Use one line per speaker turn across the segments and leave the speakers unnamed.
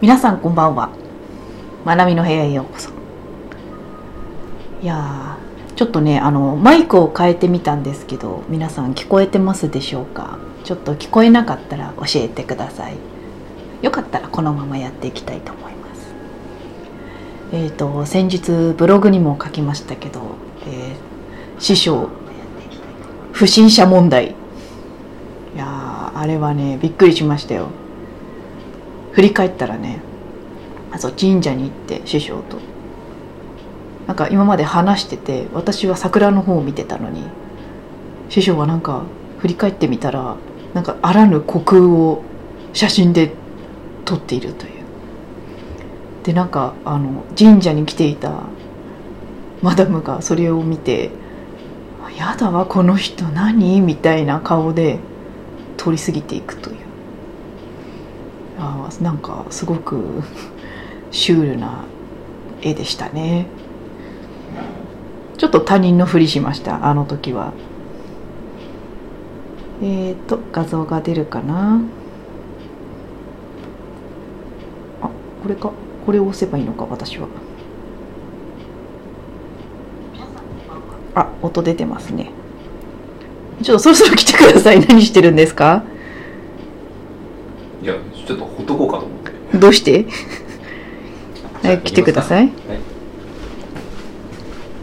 皆さんこんばんはまなみの部屋へようこそいやーちょっとねあのマイクを変えてみたんですけど皆さん聞こえてますでしょうかちょっと聞こえなかったら教えてくださいよかったらこのままやっていきたいと思いますえっ、と先日ブログにも書きましたけど、えー師匠不審者問題いやーあれはねびっくりしましたよ振り返ったらねあそう神社に行って師匠となんか今まで話してて私は桜の方を見てたのに師匠はなんか振り返ってみたらなんかあらぬ虚空を写真で撮っているというでなんかあの神社に来ていたマダムがそれを見て「やだわこの人何?」みたいな顔で通り過ぎていくというあーなんかすごくシュールな絵でしたねちょっと他人のふりしましたあの時はえーと画像が出るかなあこれかこれを押せばいいのか私はあ音出てますねちょっとそろそろ来てください何してるんですか
いや、ちょっとほっとこうかと思って。
どう してはい来てください
はい。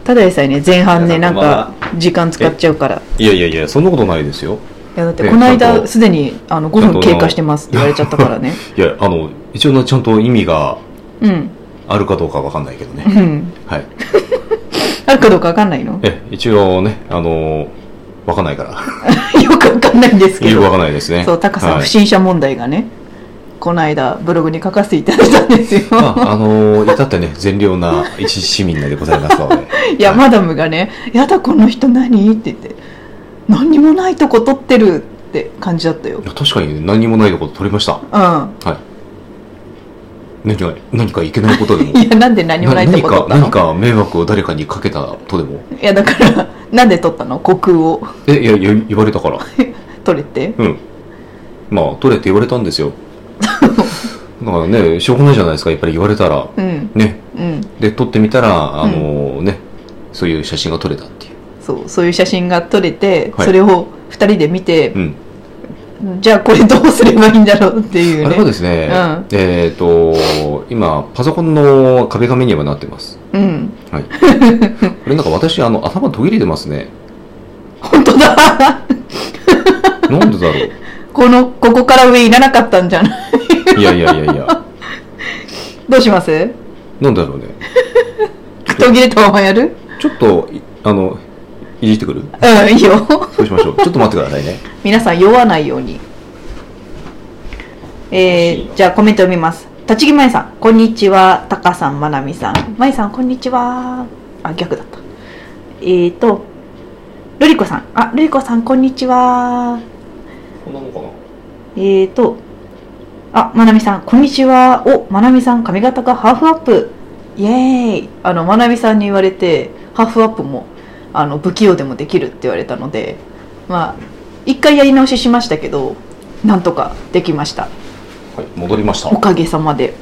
ただでさえね前半ね
皆
な
さん
ん
こんばんは
か時間使っちゃうから
いやいやいや、そんなことないですよ。
いやだって
ね
この
ちゃん
間
と
すでにあの5
ちゃん
分
と
経過してますって言われちゃったから ね
いや、あの、一応な、ちゃんと意味が
うん
あるかどうかわかんないけど
う
ね。
ん
はい。
あるかどうかわかんないの
え、一応ね、あの、わかんな いから。
よくわかんないんですけ
よくわ
ど
かんないですね。
そうタカさん
はい
不審者問題がねこの間ブログに書かせていただいたんですよ
まあ、あの、至ってね、善良な一市民でございますの で。
いやマダムがね「やだこの人何?」って言って「何にもないとこ撮ってる」って感じだったよ
いや確かに何もないこと取りました。は
うん
い。何か、何かいけないことでも。
いやなんで何もないと
何
こ撮
か
っ、たの
何か迷惑を誰かにかけたとでも。
いやだからなんで撮ったの虚空を
え、いや、言言われたから。
撮れて
うん。まあ、取れって言われたんで すよ。だからね、しょうがないじゃないですか、やっぱり言われたら。
うん
ね。
うん
で、撮ってみたら、あのね、そういう写真が撮れたっていう。
そうそういう写真が撮れて、
はい
それを2人で見て
う、ん。
じゃあこれどうすればいいんだろうっていう
あれは
ね
ですね、
うん
えっ、と、今、パソコンの壁紙にはなってます。
うん
はい。これなんか私、あの、頭途切れてますね。
本当だ
なんでだろう。
このここから上いらなかったんじゃない
いやいやいやいや。
どうします
なんだろうね。
途切れたままやる
ちょっと、いあの、いじってくる
うんいいよ
そうしましょう。ちょっと待ってくださいね。
皆さん酔わないようにえー、じゃあコメント読みます立木舞さんこんにちはタカさんまなみさん舞さんこんにちはあ逆だったえーとルリコさんあルリコさんこんにちは
こんなもんかな。
えーとあまなみさんこんにちはおまなみさん髪型がハーフアップイエーイあのまなみさんに言われてハーフアップもあの不器用でもできるって言われたのでまあ一回やり直ししましたけどなんとかできました
はい、戻りました。
おかげさまで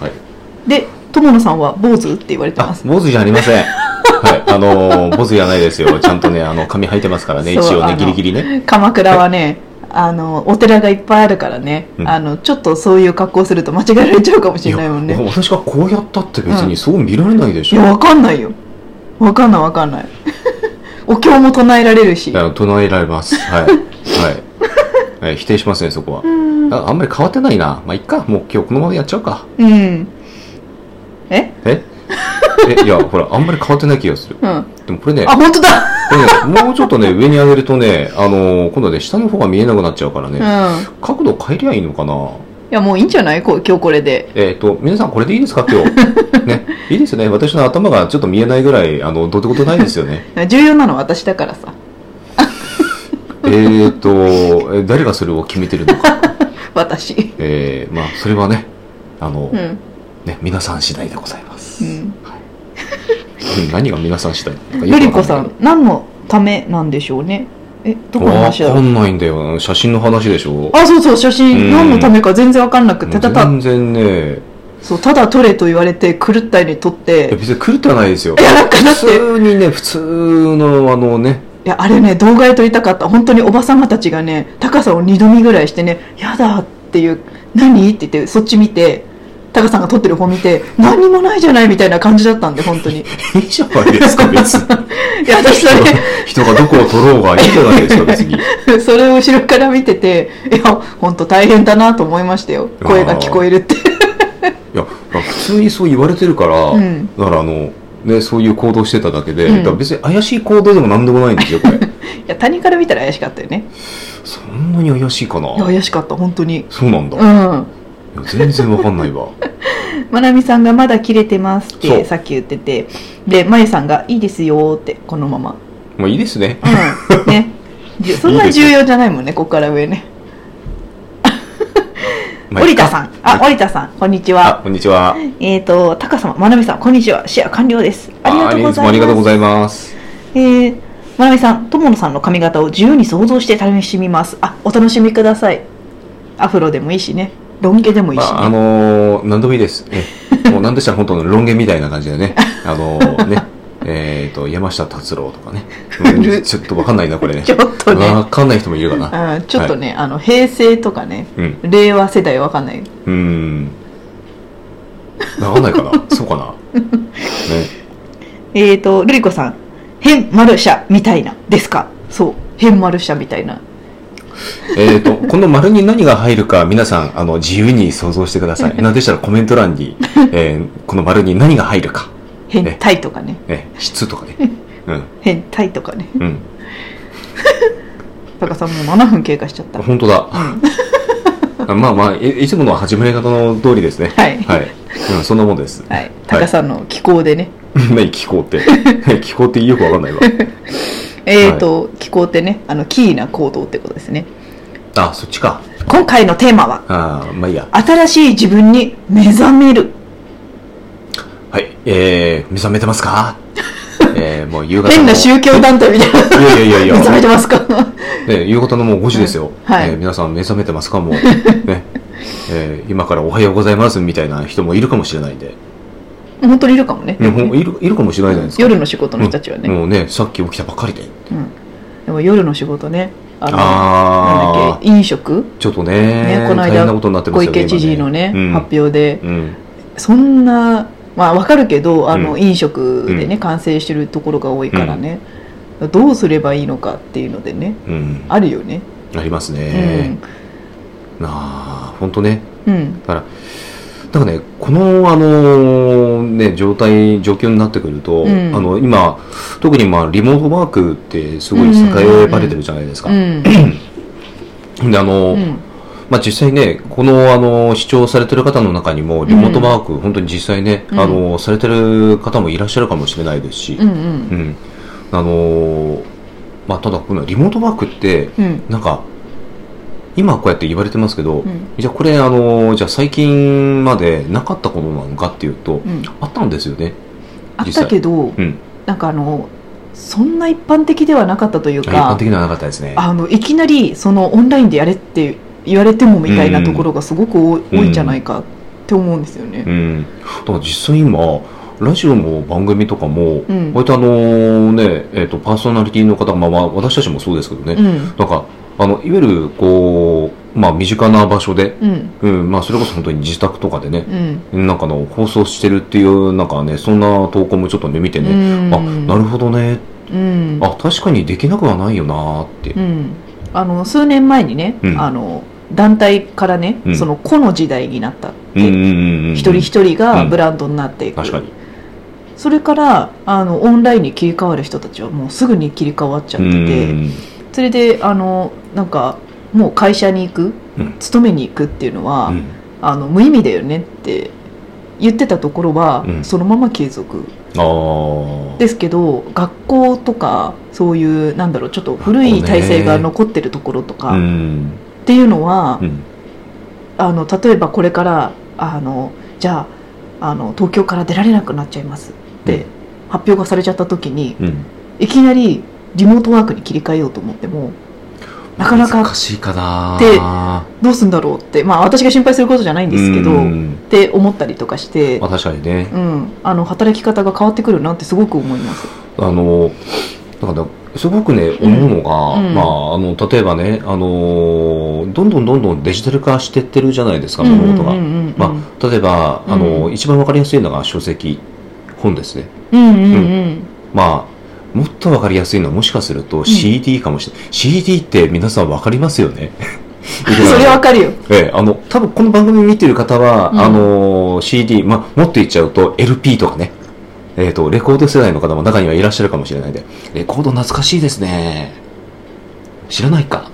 はい。
で友野さんは坊主って言われてま
あ
す、
坊主じゃありませ ん。はい、あのー、坊主じゃないですよ。ちゃんとね、あの、髪履いてますからね、一
そう
応
あ
ね、
の
ギリギリね。
鎌倉はねあのお寺がいっぱいあるからね、
うん
あのちょっとそういう格好すると間違えられちゃうかもしれないもんね
いや私がこうやったって別にそう見られないでし
い
ょ。
や、わかんないよ。わかんないわかんない。お経も唱えられるし。
いや唱えられます。はい。はい。はい、否定しますね、そこは。ああんまり変わってないな。まあ、いっか。もう今日このままやっちゃうか。
うん。え
え え、いや、ほら、あんまり変わってない気がする。
うん。
でもこれね、
あ、本当だ
これねもうちょっとね、上に上げるとね、あのー今度はね、下の方が見えなくなっちゃうから
う
ね、
ん。い
角度変えりゃいいのかな。
や、もういいんじゃないこう今日これで。
えっ、と、皆さんこれでいいですか今 日。ね。いいですよね。私の頭がちょっと見えないぐらい、あの、どうってことないですよ ね。
重要なのは私だからさ。
えっと、え誰がそれを決めてるの か。
私。
えー、まあ、それはね、あの、
うん。
ね、皆さん次第でございます。
う
うん
ん。
何が皆さん次第なの
ル
かよ
リ
くわ
コ
か
さ
んない
ん、何のためなんでしょうねえ、どこの話
けど。わ
だ
か
ろうん
ないんだよ。写真の話でしょ。
あ、そうそう、写
う
真、
ん
何のためか全然わかんなくて、ただ、
全然ね、
そうただ取れと言われて狂ったように取っ
いや
て
別に狂ってはないですよ
いやなんかだって
普通にね普通のあのね
いやあれね動画で撮りたかった本当におばさまたちがね高さを二度見ぐらいしてね「やだ」っていう「何?」って言ってそっち見て高さんが撮ってる方見て「何にもないじゃない」みたいな感じだったんで本当にい
いいじゃないです か別に
や私それ
人がどこを取ろうがいいじゃないですか別に
それを後ろから見てていや本当大変だなと思いましたよ声が聞こえるって
いやまあ普通にそう言われてるから、
うん
だからあのね、そういう行動してただけで、
うん
だから別に怪しい行動でも何でもないんですよ これ
いや他人から見たら怪しかったよね
そんなに怪しいかない
や怪しかった本当に
そうなんだ、
う
い
ん
や全然わかんないわ
まなみさんが「まだ切れてます」っ
そ
て
う
さっき言っててでまゆさんが「いいですよ」ってこのまま
まあいいですね
うんねじゅそんな重要じゃないもんねここから上ね
まあい
織
いか
田さんあ織田さんこんにち
あ
は
こんにちは
えっ、とタカ様まなみさんこんにちはシェア完了ですありがとうございます
あいつもありがとうございます
えー、まなみさん、友野さんの髪型を自由に想像して楽しみます。あ、お楽しみください。アフロでもいいしね。ロン毛でもいい
ま
し、ね
あ、あのー何でもいいです。ね、もう何でしたら本当の論言みたいな感じでね。あのーね、 えっ、と、山下達郎とかね。うんちょっとわかんないな、これね
ち。ょっとね、
わかんない人もいるかな。
うん、ちょっとね、あの、平成とかね、
うん。
令和世代わかんない。
うーん。わかんないかなそうかな ね。
えっ、ー、と、ルリコさん、変丸車みたいな、ですかそう、変丸車みたいな。
えっ、と、この丸に何が入るか、皆さん、あの、自由に想像してくだ さい。なんでしたらコメント欄に、えーこの丸に何が入るか。
変態とかね。
ね、質とかね。うん。
変態とかね。
うん。
タカさんもう7分経過しちゃ った。
本 当だ。あまあまあい、いつもの始め方の通りですね。
はい
はい。うん、そんなもんです。
はい。タカさんの気候でね。
何、気候 って。気候ってよくわかんないわ。
えっ、ー、と、気候ってね、あの、キーな行動ってことですね。
あ、そっちか。
今回のテーマは
あーまあいいや。
新しい自分に目覚める
はい。えー、目覚めてま すかえー、もう夕方の。
変な宗教団体みたいな
いやいやい
目
やい
覚め
や。
てますか
ね、夕方のもう5時ですよ。
はい
えー皆さん目覚めてますかもう。ね。えー、今からおはようございますみたいな人もいるかもしれないんで。
本当にいるかもね
ねほんいる、いるかもしれないじゃないですか。
夜の仕事の人たちはね、
うんもうね、さっき起きたばっかりで。
うんでも夜の仕事ねあの
あー
なんだっけ飲食
ちょっとね
ねこの間
大変なことになってま
小
すよね。
池知事のね、
今うん、
発表で
うん、
そんなまあわかるけどあの、
うん
飲食でね感染してるところが多いからね、どうすればいいのかっていうのでね
うん、あ
あるよね
りますね。なあ、本当ね。
うん、うん、
だからね、この、あの、ね、状態、状況になってくると、
うん
あの、今、特にまあ、リモートワークってすごい栄えばれてるじゃないですか。
うん
で、あの、
うん
まあ、実際ね、この、あの、視聴されてる方の中にも、リモートワーク、本当に実際ね、
うん
あの、されてる方もいらっしゃるかもしれないですし、
うんうん
うんあの、まあ、ただ、このリモートワークって、
うん
なんか、今こうやって言われてますけど、
うん
じゃあこれ、あの、じゃあ最近までなかったことなのかっていうと、
うん
あったんですよね。
あったけど、
うん。
なんかあのそんな一般的ではなかったという
一般
か
的にはなかったですね。
あのいきなりそのオンラインでやれって言われてもみたいなところがすごく多い,、
うん
んじゃないかって思うんですよ
う
ね。
ん。だから実際今、ラジオの番組とかも、
うん
割とあのね、えっ、と、パーソナリティの方、まあ、まあ私たちもそうですけどね、
うん
なんか、あの、いわゆる、こう、まあ、身近な場所で、
うん
うん、まあ、それこそ本当に自宅とかでね、
うん
なんかあの、放送してるっていう、なんかね、そんな投稿もちょっとね、見て
う
ね、
ん
あなるほどね
うん
あ確かにできなくはないよなーって
うんあの数年前にね、
うん
あの団体からね、
うん
その個の時代になったって、
うんうんうんうん
一人一人が
うん
ブランドになっていく、
確かに
それからあのオンラインに切り替わる人たちはもうすぐに切り替わっちゃってて。それであのなんかもう会社に行く、
うん
勤めに行くっていうのは、
うん
あの無意味だよねって言ってたところは、
うん
そのまま継続
あー
ですけど学校とかそういうなんだろうちょっと古い体制が残ってるところと
う
か、
ん
っていうのは、
うん
あの例えばこれからあのじゃああの東京から出られなくなっちゃいますって発表がされちゃった時に
うん
いきなりリモートワークに切り替えようと思ってもなかなか
難しいかな
で
あ
どうすんだろうってまあ私が心配することじゃないんですけどって思ったりとかして
まあ、確かにね、
うん、あの働き方が変わってくるなってすごく思います。
あのだからすごくね思うのが、
うんうん
まあ、あの例えばねあのどんどんどんどんデジタル化してってるじゃないですか
うん
物事が、
うんうんうん
まあ、例えば、あの
うん
一番わかりやすいのが書籍本ですね
うんうんうん
まあもっとわかりやすいのはもしかすると CD かもしれない、CD って皆さんわかりますよね
それわかるよ。
ええ、あの、多分この番組見てる方は、
うん
あのー、CD、まあ、もっと言っちゃうと LP とかね、えっ、と、レコード世代の方も中にはいらっしゃるかもしれないんで、レコード懐かしいですね。知らないか。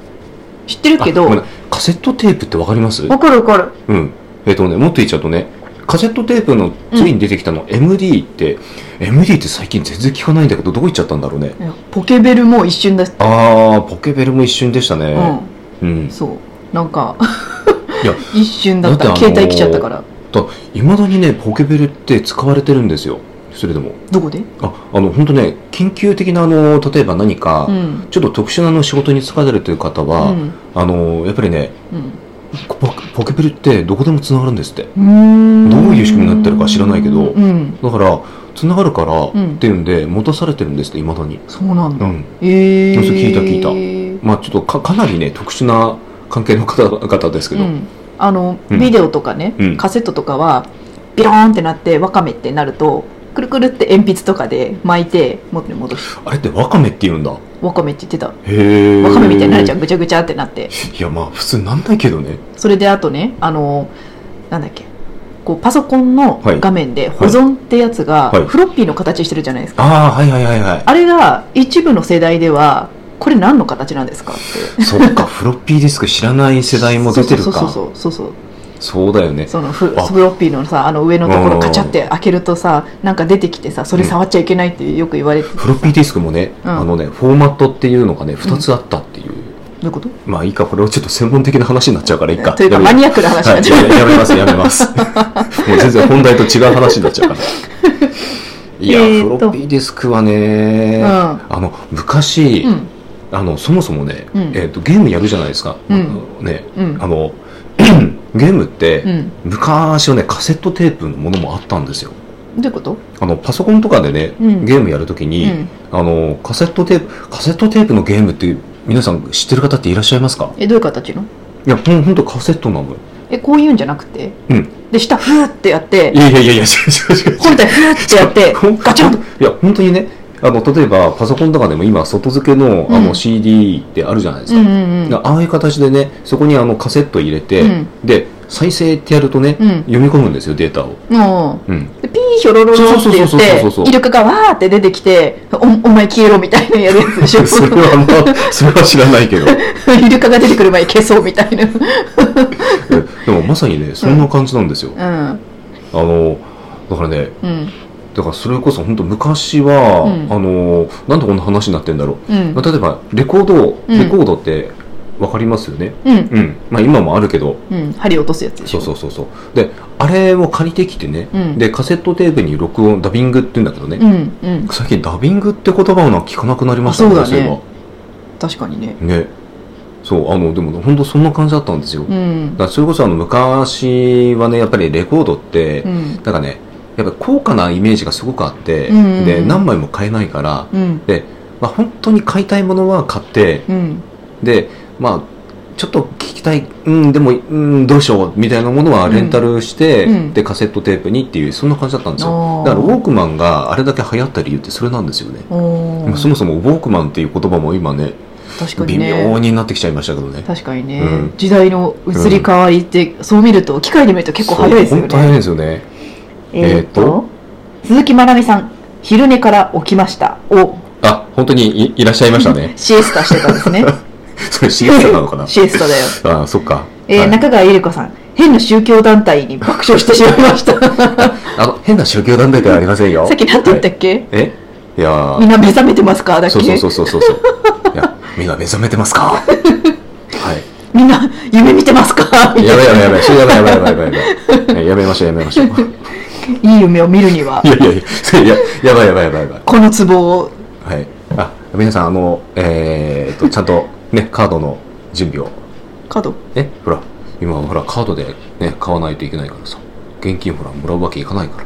知ってるけ
あ
ど、
ごめん
わ
なカセットテープってわかりますう
かるわかる。
ん。えっ、とね、もっと言っちゃうとね、カセットテープの次に出てきたの、MD って、MD って最近全然聞かないんだけど、どこ行っちゃったんだろうね。
いやポケベルも一瞬だし、
あー、ポケベルも一瞬でしたね。うん
うん、。そう。なんか
いや、
一瞬だった。
だってあのー
携帯来ちゃったから。
い、ま、だにね、ポケベルって使われてるんですよ。それでも。
どこで
ああの本当ね緊急的なあの例えば何か、
うん。
ちょっと特殊なあの仕事に疲れるという方
う
は、
ん。
あのやっぱりねポポケベルってどこでもつながるんですって
うん。
どういう仕組みになってるか知らないけど
うん。
だからつながるから、
ん
っていうんで持たされてるんですっていまだに、
そうなん
う
だ。
ん、
ええー。
そう聞いた聞いた
い
まあちょっとかかなりね特殊な関係の方々ですけど、
うん。あの、
うん
ビデオとかね、
うん
カセットとかは、ビローンってなって、ワカメってなると、くるくるって鉛筆とかで巻いて、元に戻す。
あれってワカメって言うんだ
わかめって言ってた
へえ
わかめみたいになるじゃ
ん
んぐちゃぐちゃってなって
いやまあ普通なんないけどね
それであとねあのなんだっけこうパソコンの
はい
画面で保存ってやつが
はい
フロッピーの形してるじゃないですか、
ああはいはいはいは
あれが一部の世代ではこれ何の形なんですかって
いそっかフロッピーディスク知らない世代も出てる
そ
か
うそうそうそうそう
そうだよね
そのフ
あ
フロッピーのさあの上のところカチャって開けるとさなんか出てきてさそれ触っちゃいけないってよく言われててさ
フロッピーディスクもね、
うん
あのね、フォーマットっていうのがね、2つあったっていう。
どういうこと
まあいいか、これはちょっと専門的な話になっちゃうからいいか。
というか
やめ
マ
よ
ニアックな話になっちゃう
はいやめやめます、やめます。 もう全然本題と違う話になっちゃうから。いや、
えー
フロ
と
ッピーディスクはね、
うん
あの、昔、
うん
あの、そもそもね、
うん
えーと、ゲームやるじゃないですか。
うん
あのね、
うん
あの、 ゲームって、
うん
昔はね、カセットテープのものもあったんですよ。
どういうこと
あの、パソコンとかでね、
うん
ゲームやるとき
う
に、
ん
あのカセットテープカセットテープのゲームって皆さん知ってる方っていらっしゃいますか
えどういう形の
いやほんほんとカセットなのよ
えこういうんじゃなくて、
うん
で下フーってやって
いやいやいやいや違う違う違う
本体フーってやって
ほん
ガチャンと
いや本当にねあの例えばパソコンとかでも今外付けのあ
う
の
ん
CD ってあるじゃないです
う
か、
んうんうん
だからああいう形でねそこにあのカセット入れて、
うん
で再生ってやるとね、
うん
読み込むんですよデータを、
も
うん、
うでピーヒョロロロって言っ
そうそうそうそうそう
てイルカがわーって出てきておお前消えろみたいなやるやつでしょ
それはまあそれは知らないけどえ
イルカが出てくる前に消そうみたいな
でもまさにねそんな感じなんですよ、
うん
あのだからね
うん
だからそれこそ本当昔は、
うん
あのなんでこんな話になってんだろう、
うん
まあ、例えばレコードを
うん
レコードってわかりますよね
うん
うん、まあ今もあるけど
うん針落とすやつでし
そ
ょ
うそうそうそうであれを借りてきてね、
うん
でカセットテープに録音ダビングって言うんだけどね、
うんうん
最近ダビングって言葉をなんか聞かなくなりました
あそうだね
い
確かにね
えばねそうあのでも本当そんな感じだったんですよ、
う
だ
ん
からそれこそあの昔はねやっぱりレコードって、
うん
なんかねやっぱ高価なイメージがすごくあって、
うんうんうん
で何枚も買えないから、
うん
で、まあ、本当に買いたいものは買って
うん
でまあちょっと聞きたいうんでもうんどうしようみたいなものはレンタルして、
うんうん
でカセットテープにっていうそんな感じだったんです
あ
よ
ー
だからウォークマンがあれだけ流行った理由ってそれなんですよね、
おー
そもそもウォークマンっていう言葉も今ね
確か
微
にね
妙になってきちゃいましたけどね
確かにね、
うん
時代の移り変わりって、そう見ると機械で見ると結構早いですよ
そう本当早い
ね
ですよね
え
え
ーっ
ーっ
と
と
鈴木まなみさん「昼寝から起きました」を
あ本当にいいらっしゃいました ね
シエスタしてたんですね
そ れシエスタなのか な
シエスタだよ、
あそっか、
えー
はい
中川ゆり子さん変な宗教団体に爆笑してしまいました
あの変な宗教団体ではありませんよ
さっき何て言った
はい
っけ、
えいやー
みんな目覚めてますかだっけ
そうそうそうそうそうそう。いや、目が目覚め てますか。はい。
みんな夢見てますかみた
や
い
ば
ない
やばいやばい、それやばいやばいやばいやばいやばい。やめましょうやめましょう。
いい夢を見るにはい
やいやいやそれ、ややばいやばいやばいやばい。
この壺を
はい。あ、皆さんあのえー、っとちゃんとねカードの準備を。
角
ね、ほら、今はほら、カードでね、買わないといけないからさ。現金ほら、もらうわけいかないから。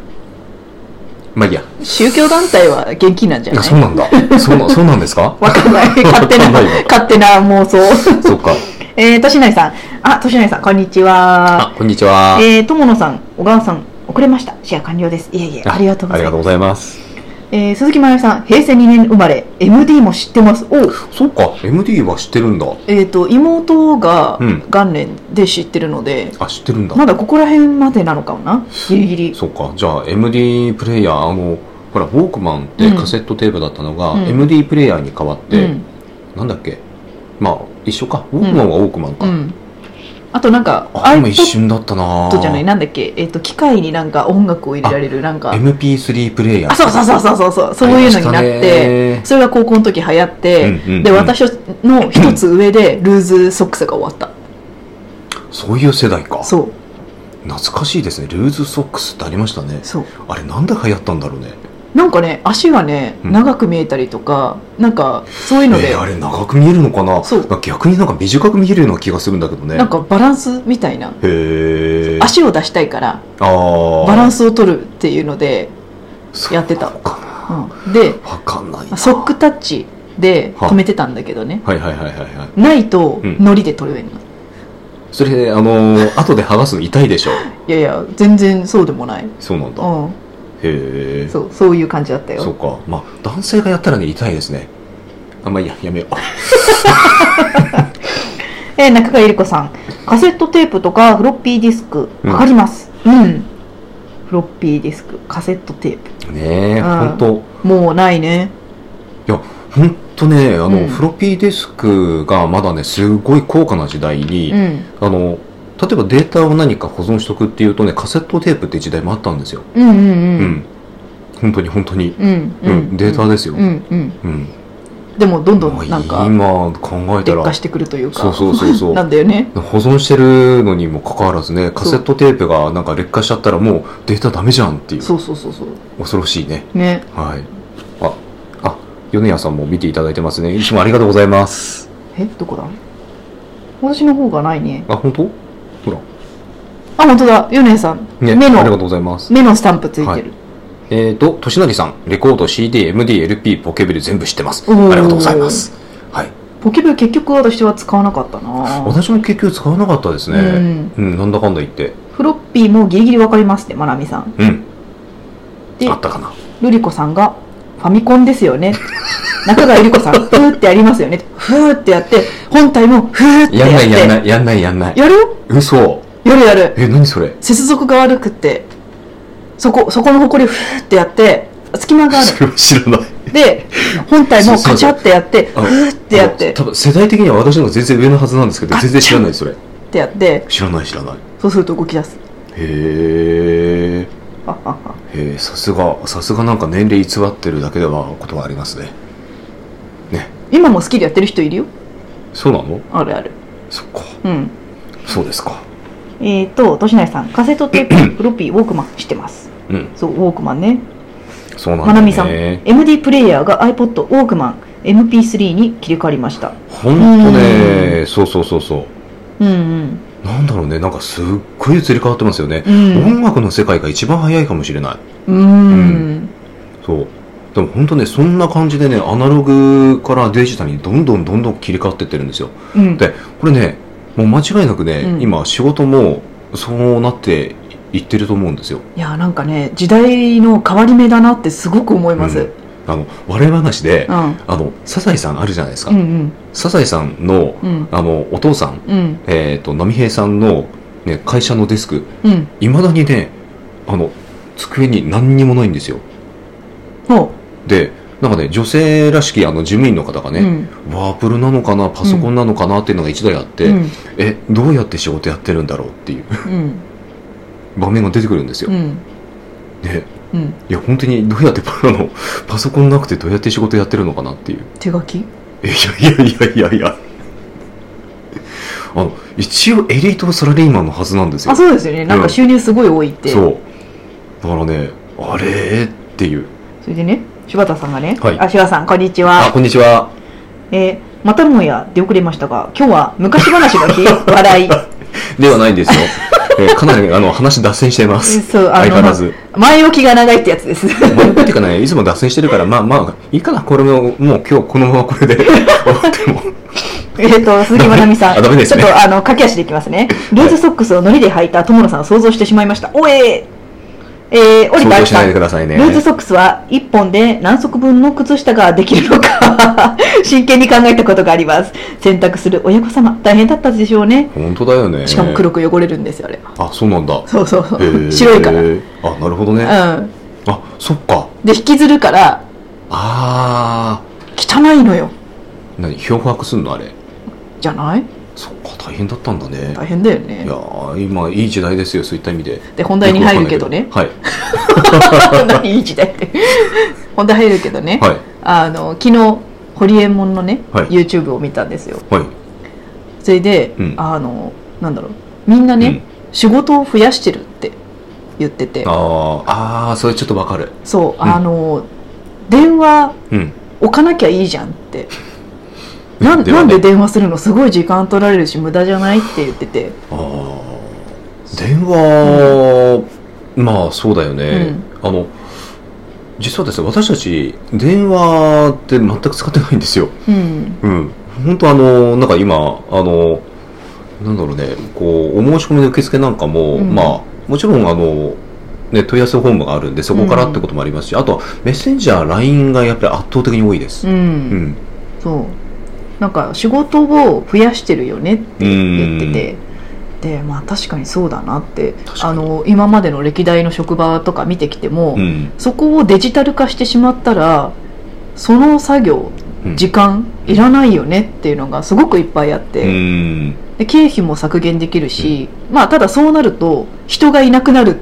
まあいいや。
宗教団体は現金なんじゃ
あ、
ない
そうなんだ。そうな、そうなんですか
わかんない。 勝手な、
わかんない
勝手な妄想。
そっか。
えー、としなりさん。あ、としなりさん、こんにちは。
あ、こんにちは。
えー、とものさん、小川さん、遅れました。シェア完了です。いえいえ、ありがとうご
あ
ざ
り
い
がと
ま
うご
す。
ざいます。
えー、鈴木まゆみさん、平成2年生まれ、MD も知ってます。おう
そうか、MD は知ってるんだ。
えー、と、妹が
うん
元年で知ってるので、
あ、知ってるんだ。
まだここら辺までなのかもな。ギリギリ。
そうか、じゃあ MD プレイヤー、あの、ほら、ウォークマンって
うん
カセットテープだったのが、
うん
MD プレイヤーに変わっ
う
て、
ん。
なんだっけまあ、一緒か。ウォークマンはウォークマンか。
うん。あとなんか、
あ、でも一
iPod
瞬だったな
じゃない、なんだっけ、えっ、と、機械になんか音楽を入れられる、なんか。
MP3 プレイヤー。
あ、そうそうそうそうそうそう、そういうのになっ
ありました
て、
ね
それが高校の時流行って、
うんうんうん
で私の一つ上でルーズソックスが終わった、
そういう世代か。
そう
懐かしいですね。ルーズソックスってありましたね。
そう
あれ、なんで流行ったんだろうね。
なんかね足がね
うん
長く見えたりとか、なんかそういうので、
えーあれ、長く見えるのかな
そう
なんか逆になんか短く見えるような気がするんだけどね。
なんかバランスみたいな
へえ。
足を出したいから
あ
バラン
ス
スを取るっていうので、やってた
そうかな。
うん、で
わかんないな。
ソックタッチで止めてたんだけどね
はいはいはいはいはい。
ないと
うん
ノリで取れるの、
それ、あの ー、後で剥がすの痛いでしょ。
いやいや全然そうでもない、
そうなんだ。へ
う
え
ん、。そうそういう感じだったよ
そうか。まあ、男性がやったらね、痛いですね。あんまあいいや、やめよう。
えー中川ゆり子さんカセットテープとかフロッピーディスク
うん
わかりますうん、フロッピーディスクカセットテープ
ねえ、
うん
ほんと。
もうないね
ほんとね、あの、
うん
フロッピーディスクがまだね、すごい高価な時代に、
うん
あの、例えばデータを何か保存しとくっていうとね、カセットテープって時代もあったんですよ。
うんうん
う
うん
ん。本当に本当に。
うん
うん。データですよ。
う
うん。
んうんでもどんどんなんか
もう今考えた
劣
ら
化、してくるというか
そうそうそうそう。
なんだよね
保存してるのにもかかわらずねカセットテープがなんか劣化しちゃったらもうデータダメじゃんっていう
そうそうそうそう
恐ろしいね
ね
はいああ米谷さんも見ていただいてますねいつもありがとうございます
えどこだ私の方がないね
あ本当ほら
あ本当だヨネさん、
ね
目
ありがとう
の
ございます
目のスタンプついてる、
えっ、ー、と年成さんレコード CDMDLP ポケベル全部知ってますあ
お
り
ー
がとうございますはい
ポケベル結局私は使わなかったな
私も結局使わなかったですねうん、なんだかんだ言って
フロッピーもギリギリわかりますねまなみさん
うん
で
あったかな
ルリコさんが「ファミコンですよね」 中川ゆり子さん「ふーってやりますよね」ふーってやって本体も「ふーってや
や
っ
ん
て
ないやんないやんないやんない
やるよ
嘘
やるやる
え何それ
接続が悪くってそこそこのほこりをふーってやって隙間があ
それは知らない
るで本体もカチャってやってふ
そうそう
ーってやって
多分世代的には私の方が全然上のはずなんですけど
ガッチャ
全
ン
然知らないそれ
ってやって
知らない知らない
そうすると動き出す
へ
あああ
えさすがさすがなんか年齢偽ってるだけではことはありますね
今もスキルやってる人いるよ
そうなの
あるある
そっか
うん
そうですか
えーと年内さんカセットテープフロッピーウォークマンしてます
うん
そうウォークマンね
そうなん
ま
だ
な
よ
みさん、
ね
MD プレイヤーが iPod ウォークマン MP3 に切り替わりました。
ほんとねそうそうそうそ
うんうん。
うなんだろうねなんかすっごい移り変わってますよね
う、ん。
音楽の世界が一番早いかもしれない
うん。
そうでも本当ねそんな感じでねアナログからデジタルにどんどんどんどん切り替わってってるんですよ
うん。
でこれねもう間違いなくね、
うん
今仕事もそうなっていってると思うんですよ
いや、なんかね、時代の変わり目だなってすごく思います。う。
うんあの笑い話で、
うん
あのサザエさんあるじゃないですか、
うん。
サザエさんの
うん。
あのお父さん
うん。
えっ、と波平さんの、ね、会社のデスク
うん。
いまだにねあの机に何にもないんですよ
ほ
でなんかね女性らしきあの事務員の方が
う。
ね、
うん。
ワープルなのかなパソコンなのかなっていうのが一台あって、
うん。
えどうやって仕事やってるんだろうっていう
うん。
場面が出てくるんですよ、
うん。
ね
うん。
いや、本当にどうやってパあのパソコンなくてどうやって仕事やってるのかなっていう。
手書き
いやいやいやいやい や。あの、一応エリートサラリーマンのはずなんですよ。
あ、そうですよね。なんか収入すごい多いって。
そう。だからね、あれっていう。
それでね、柴田さんがね、
はい
あ、柴田さん、こんにち
あ、
は。
こんにちは。
えーまたもや出遅れましたが今日は昔話の 日笑い
ではない んですよ。えーかなり、あの、話脱線してます。
そうあ
相変わら
の
ず。
前置きが長いってやつです
前っていうかね、いつも脱線してるから、まあまあ、いいかな、これも、もう今日このままこれで終わっても。
えっと鈴木まなみさん
あダメですね
ちょっとあの駆け足でいきますねルーズソックスをノリで履いた友野さんを想像してしまいましたおえー、えー、折
想
田
像
愛
しな
さ
い
ん
でくださいね
ル。ーズソックスは1本で何足分の靴下ができるの か真剣に考えたことがあります洗濯する親子様大変だったでしょうね
本当だよね。
しかも黒。く汚れるんですよあれ
あ、そうなんだ。
そうそうそ
へー
う白いからう
あ、なるほどね。
ん
あ、そっか。
で引きずるから
あ
汚いのよ
ー。何漂白すんのあれ。
じゃない
そっか、大変だったんだね。
大変だよ
い
ね
やー、今、いい時代ですよ、そういった意味で。
で本題に入るけどね
よくわかんないけ
何いい時代って本題入るけどね、
ど。はい。
あの昨日ホリエモンのね、
はい
YouTube を見たんですよ
はい。はい。
それで、
うん
あのなんだろうみんなね、
うん
仕事を増やしてるって言ってて
あー、あー、それちょっとわかる。
そう、
ん
あの電話
うん。
置かなきゃいいじゃんっ てなん
で
な
は
ん
ね
で電話するのすごい時間取られるし無駄じゃないって言ってて、
あー電話、まあそうだよね、あの実はですね私たち電話って全く使ってないんですよ
うん、
うん本当あのなんか今あのなんだろうねこうお申し込みの受付なんかも、
うん
まあもちろんあのね、問い合わせフォームがあるんでそこからってこともありますし、あとはメッセンジャー LINE がやっぱり圧倒的に多いです
う、
うんん
そうなんか仕事を増やしてるよねって言っててでまあ確かにそうだなって
確か
あ
に
の今までの歴代の職場とか見てきても、
うん
そこをデジタル化してしまったらその作業
うん
時間いらないよねっていうのがすごくいっぱいあっ
う
て、
ん
で経費も削減できるし、まあただそうなると人がいなくなる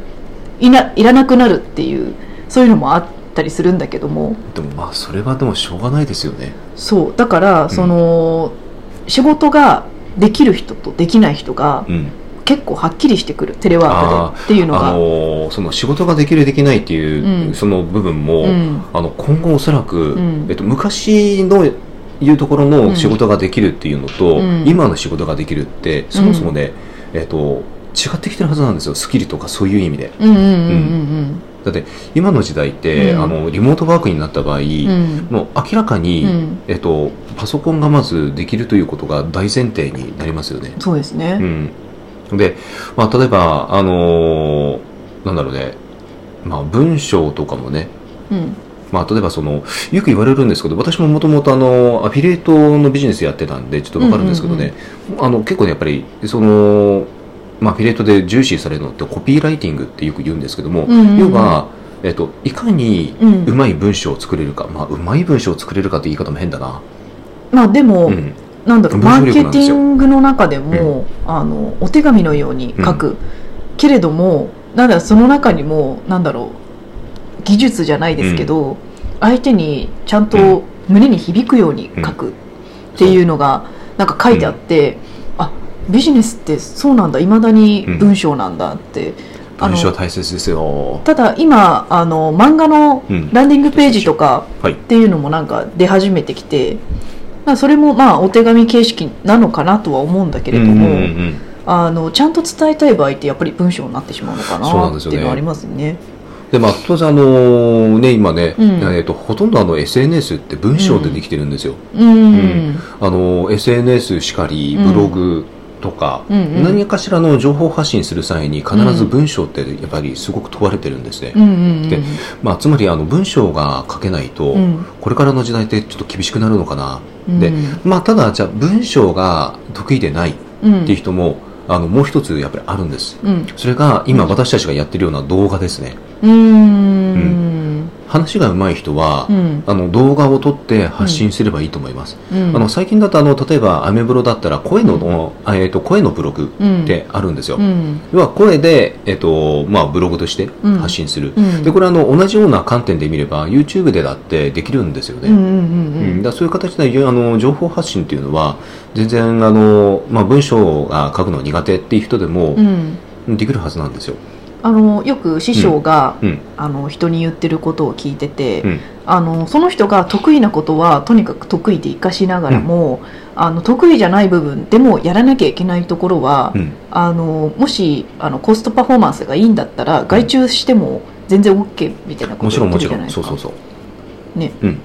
いないらなくなるっていうそういうのもあったりするんだけども
でもまあそれはでもしょうがないですよね
そうだからその、仕事ができる人とできない人が
うん
結構はっきりしてくるテレワークでっていうの
あ
が、
のーその仕事ができるできないっていう、
うん
その部分も、
うん、
あの今後おそらく、
うん
えっと、昔のいうところ
う
の
ん
仕事ができるっていうのと、
うん
今の仕事ができるってそもそもね、えっと、違ってきてるはずなんですよスキルとかそういう意味で
うんうんうん
だって今の時代って、
うん
あのリモートワークになった場合、
うんうんうん
もう明らかに、
うん
えっと、パソコンがまずできるということが大前提になりますよね
そうですね、
うん、で、まあ、例えば、あのーなんだろうね、まあ、文章とかもね、
うん
まあ、例えばその、よく言われるんですけど、私ももともとあの、アフィリエイトのビジネスやってたんで、ちょっとわかるんですけどね、あの、結構ね、やっぱり、その、まあ、アフィリエイトで重視されるのってコピーライティングってよく言うんですけども、
うんうんうん
要は、えっと、いかに、
うん
うまい文章を作れるか、まあ、うまい文章を作れるかって言い方も変だな。
まあでも、
うん。
なんだろう
文
マ
章
ー
力
ケ
なん
テ
です
ィ
よ
ングの中でも、あのお手紙のように書く、けれどもなんだろうその中にもなんだろう技術じゃないですけど、相手にちゃんと胸に響くように書くっていうのが、なんか書いてあって、あビジネスってそうなんだいまだに文章なんだって、あの
文章は大切ですよ。
ただ今あの漫画の
うん。
ランディングページとか
はい
っていうのもなんか出始めてきて、まあ、それもまあお手紙形式なのかなとは思うんだけれども、
うんうんうんうん
あのちゃんと伝えたい場合ってやっぱり文章になってしまうのか
そうなん
な
で
っ
す
てい
よね
うのはありますね。
でまあ、当然、あのね、今ね、
うん
えー、とほとんどあの SNS って文章でできてるんですよ。
うん
あの SNS しかり
うん
ブログとか、
うんうん
何かしらの情報発信する際に必ず文章ってやっぱりすごく問われてるんですね、
うんうん
でまあ、つまりあの文章が書けないと、
うんうん
これからの時代ってちょっと厳しくなるのかな、
うん
でまあ、ただじゃあ文章が得意でないっ
うん
ていう人も、あのもう一つやっぱりあるんです
うん
それが今私たちがやってるような動画ですね
うん
話が上手い人は、
うん
あの動画を撮って発信すればいいと思います。
うん
あの最近だとあの例えばアメブロだったら声のの、あえー、と声のブログ
うん
ってあるんですよ。
うん
要は声で、えっとまあ、ブログとして発信する。
うん
でこれあの同じような観点で見れば YouTube でだってできるんですよ
うん
ね。
うん
う
うんん
だからそういう形でよあの情報発信っていうのは全然あの、まあ、文章が書くの苦手っていう人でも
うん
できるはずなんですよ。
あのよく師匠が、
うんうん
あの人に言ってることを聞いてて、
うん
あのその人が得意なことはとにかく得意で活かしながらも、あの得意じゃない部分でもやらなきゃいけないところは、
うん
あのもしあのコストパフォーマンスがいいんだったら外注しても全然 OK みたいなこ
もち
と
ろ
言
ん
ってるじ
もちろ
ゃない
ん
です
そう
か
そうそう
ね
うん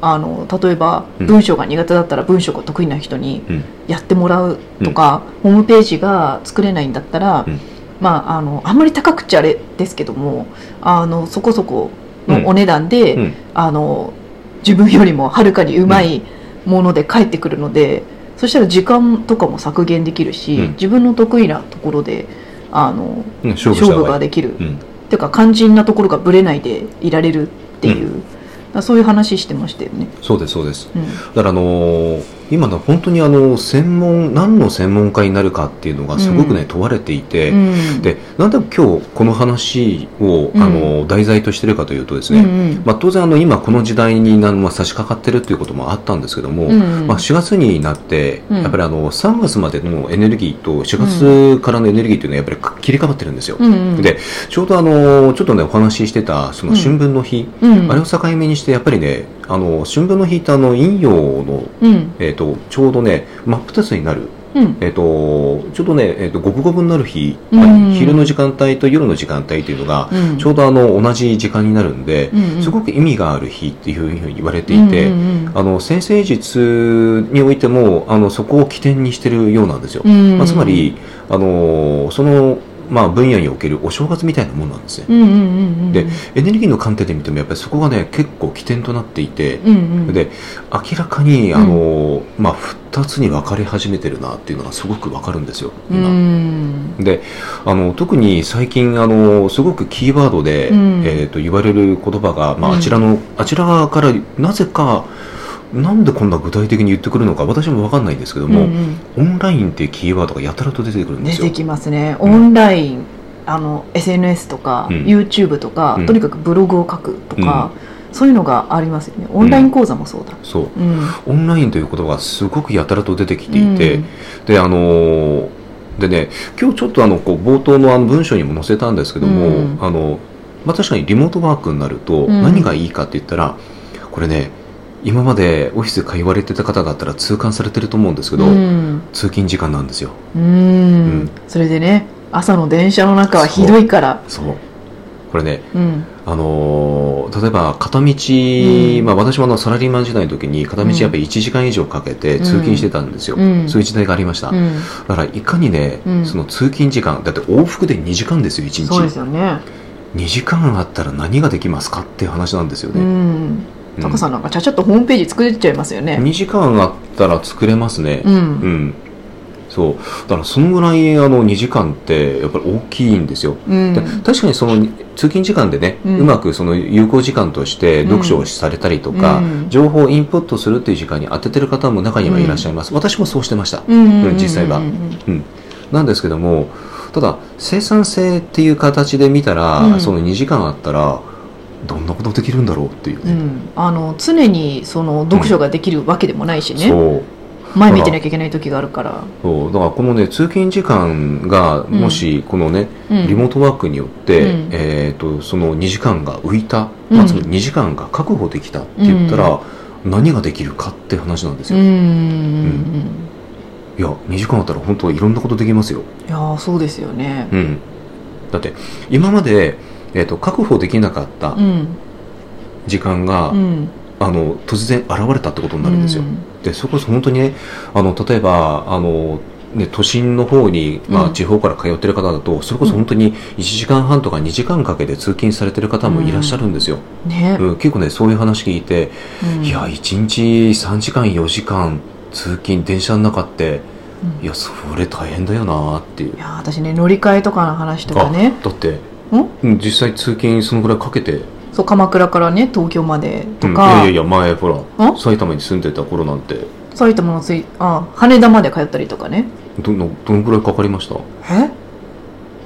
あの例えば
うん
文章が苦手だったら文章が得意な人に
うん
やってもらうとか、ホームページが作れないんだったら、
うん
まああのあんまり高くっちゃあれですけどもあのそこそこのお値段で、
うんうん
あの自分よりもはるかにうまいもので返ってくるので、そしたら時間とかも削減できるし、
うん
自分の得意なところであの
うん勝負した
勝
方
負
が
が
いい
できる
うん
ていうか肝心なところがぶれないでいられるっていう、だからそういう話してましたよね。
そうですそうです
うん
だからあのー今のは本当にあの専門何の専門家になるかっていうのがすごくね、
う
問われていて、
うん
でなんで今日この話を、
うん
あの題材としてるかというとです
うん
ね、
うん
まあ、当然あの今この時代になまあ差し掛かってるということもあったんですけども、
うん
まあ、4月になって、
うん
やっぱりあの3月までのエネルギーと4月からのエネルギーというのはやっぱりか切り替わってるんですよ。
うんうん
でちょうどあのちょっとねお話ししてたその春分の日、
うん
あれを境目にしてやっぱりねあの春分の日ってあの陰陽の、
うん
えー、とちょうどね真っ二つになる
うん
えっとちょうどね、えっと五分五分になる日、
うん
昼の時間帯と夜の時間帯というのが、
うん
ちょうどあの同じ時間になるんで、
うんうん
すごく意味がある日っていうふうに言われていて、
うんうん
あの先生術においてもあのそこを起点にしてるようなんですよ。
うん
まあ、つまりあのその、まあ、分野におけるお正月みたいなもんなんですね。
うんうんうんうん
でエネルギーの観点で見てもやっぱりそこがね結構起点となっていて、
うんうん
で明らかにあの、まあ、2つに分かれ始めてるなっていうのがすごく分かるんですよ、
う
今
ん
であの特に最近あのすごくキーワードで、
うん
えー、と言われる言葉が、
う
まあ、
ん
あちらの、あちらからなぜかなんでこんな具体的に言ってくるのか私も分かんないんですけども、
うんうん
オンラインっていうキーワードがやたらと出てくるんで
出
すよ
て。きますねオ
うん
ンラインあの SNS とか、
うん
YouTube とか、
うん
とにかくブログを書くとか、そういうのがありますよねオンライン講座もそうだ、
そう
うん
オンラインという言葉がすごくやたらと出てきていて、
うん
であのーでね今日ちょっとあのこう冒頭のあの文章にも載せたんですけども、
うん
あのまあ、確かにリモートワークになると
うん
何がいいかって言ったら、これね今までオフィスで通われてた方だったら痛感されてると思うんですけど、
うん
通勤時間なんですよ
うん
うん
それでね朝の電車の中はひどいから
そうこれね
うん
あのー例えば片道、
ん
まあ、私もあのサラリーマン時代の時に片道やっぱり1時間以上かけて通勤してたんですよ、
うん
そういう時代がありました、
うん
だからいかにね、
うん
その通勤時間だって往復で2時間ですよ1
そうです
日
よね、
2時間あったら何ができますかっていう話なんですよ
う
ね、
ん
うん
タカさんなんかちゃちゃっとホームページ作れちゃいますよね
2時間あったら作れますね
うん、
うん、そうだからそのぐらいあの2時間ってやっぱり大きいんですよ
うん
で確かにその通勤時間でね、
う
うんまくその有効時間として
うん
読書をされたりとか、
うん
情報をインプットするっていう時間に当ててる方も中にはいらっしゃいます、私もそうしてました、
うんうん
うん実際は
うん
なんですけどもただ生産性っていう形で見たら、
うん
その2時間あったらどんなことできるんだろうっていう
う
ね、
ん、あの常にその読書ができるわけでもないしね、
そう
前見てなきゃいけない時があるから、
そうだからこのね通勤時間がもしこのね、
うん、
リモートワークによって、
うん
えー、とその2時間が浮いた、
うん
まあ、つまり2時間が確保できたって言ったら、何ができるかって話なんです
う
よ、
ん
い
うん
や2時間あったら本当いろんなことできますよ、
うんいやーそうですよね
うん、だって今まで、えー、と確保できなかった
うん
時間が、
うん
あの突然現れたってことになるんですよ、
う
でそこそ本当にねあの例えばあのね、都心の方に、ま
う
あ、
ん
地方から通ってる方だと、それこそ本当に1時間半とか2時間かけて通勤されてる方もいらっしゃるんですよ、
んね、
うん、結構ねそういう話聞いて、
うん
いや1日3時間4時間通勤電車の中って
うん
いやそれ大変だよなっていう
いやー私ね乗り換えとかの話とかね
あだってうん実際通勤そのぐらいかけて
そう鎌倉からね東京までと
うんい
か、
やいやいや前ほ
ん
ら埼玉に住んでた頃なんて
埼玉のついあ羽田まで通ったりとかね
どのどのぐらいかかりました
え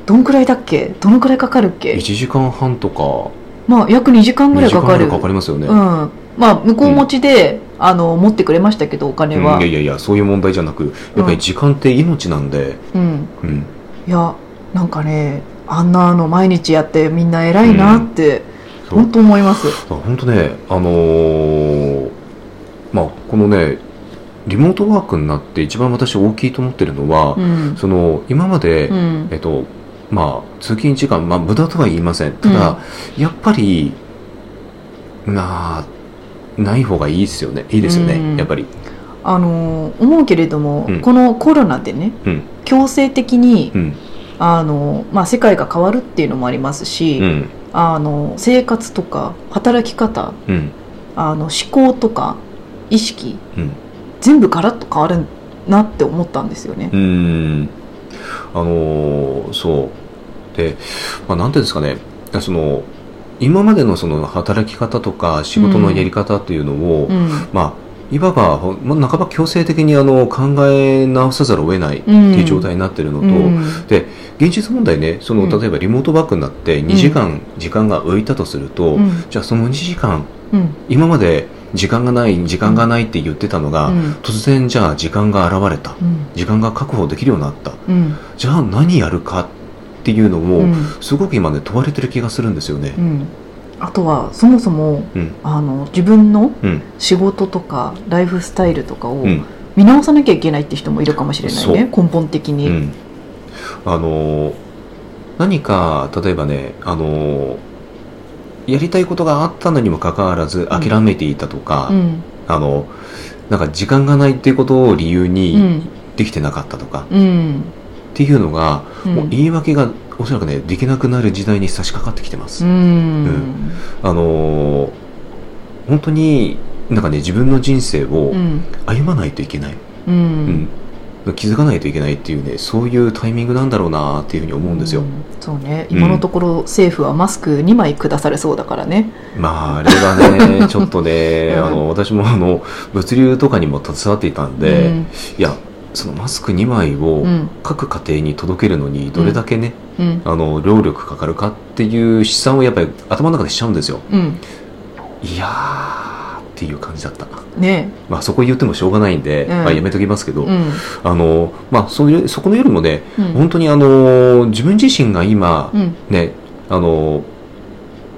どんくらいだっけどのくらいかかるっけ
1時間半とか
まあ約2時間ぐ
2
らい
時間
かか
ぐ
らる
いかかりますよね、
うんまあ向こう持ちで、あの持ってくれましたけどお金
うん
はい
や、いやいやそういう問題じゃなくやっぱり時間って命なんで、
うん、
うん
いやなんかねあんなの毎日やってみんな偉いなって、
そう
本当思います
だから本当ね、あのーまあ、このね、リモートワークになって一番私大きいと思ってるのは、
うん
その、今まで、
うん
えっと、まあ、通勤時間、まあ、無駄とは言いません。ただ、やっぱり、まあ、ない方がいいですよね。いいですよね、
うん
やっぱり。
あのー思うけれども、
うん
このコロナでね、
うん
強制的に、
うん。
あのーまあ、世界が変わるっていうのもありますし、
うん。
あのー生活とか働き方
うん。
あの思考とか意識、
うん
全部ガラッと変わるなって思ったんですよね
う。ーんあのーそうで、まあ、なんていうんですかねその今までのその働き方とか仕事のやり方っていうのを、
うん
まあいわばほんまあ半ば強制的にあの考え直さざるを得ないっていう状態になってるのと、
うん
現実問題ねその
うん
例えばリモートワークになって2時間時間が浮いたとすると、
うん
じゃあその2時間
うん
今まで時間がない時間がないって言ってたのが、
うん
突然じゃあ時間が現れた
うん
時間が確保できるようになった
うん
じゃあ何やるかっていうの
う
も、
ん
すごく今ね問われてる気がするんですよね
う。んあとはそもそも
うん
あの自分の
うん
仕事とかライフスタイルとかを
うん
見直さなきゃいけないって人もいるかもしれないね、根本的
う
に。
んあのー何か例えばねあのーやりたいことがあったのにもかかわらず諦めていたとか、
うん
あのなんか時間がないっていうことを理由
う
に
ん
できてなかったとか、
うん
っていうのが、
う
もうん言い訳がおそらくねできなくなる時代に差し掛かってきてます。
うん
あのー本当になんかね自分の人生を
うん
歩まないといけない、
う
うん
ん
気づかないといけないっていうねそういうタイミングなんだろうなっていうふうに思うんですよ、
そうね今のところ政府はマスク2枚下されそうだからね。
まああれ はねちょっとね、
うん
あの私もあの物流とかにも携わっていたんで、
うん
いやそのマスク2枚
う
を
ん
各家庭に届けるのにどれだけね、
うん
あの労力かかるかっていう試算をやっぱり頭の中でしちゃうんですよ
うん
いやーっていう感じだった
ね
まあそこ言ってもしょうがないんで、
うん
まあやめときますけど、
うん
あのまあそういうそこのよりもね
うん
本当にあの自分自身が今、
うん
ねあの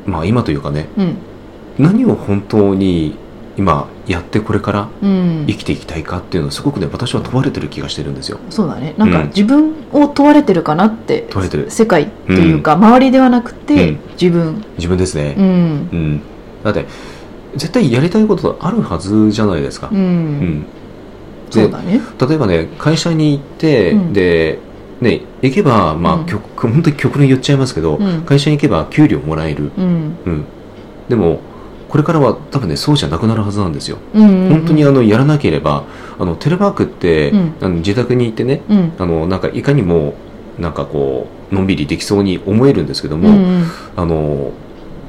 まあ今というかね
うん
何を本当に今やってこれから
うん
生きていきたいかっていうのはすごくね私は問われてる気がしてるんですよ
そうだねなん
う
か
ん
自分を問われてるかなって、
問われてる
世界というか、周りではなくて、
うん
自分
自分です
う
ね
ん
うん、だって絶対やりたいことあるはずじゃないですか
うん、
うん、
そ
で
うだね
例えばね会社に行って、
うん
でね行けばまあ、
うん
極本当に極論言っちゃいますけど、
うん
会社に行けば給料もらえる
うん
うん、でもこれからは多分ねそうじゃなくなるはずなんですよ、
うん
本当にあのやらなければあのテレワークって、
うん
あの自宅に行ってね
うん
あのなんかいかにもなんかこうのんびりできそうに思えるんですけど
う
も、
ん
あの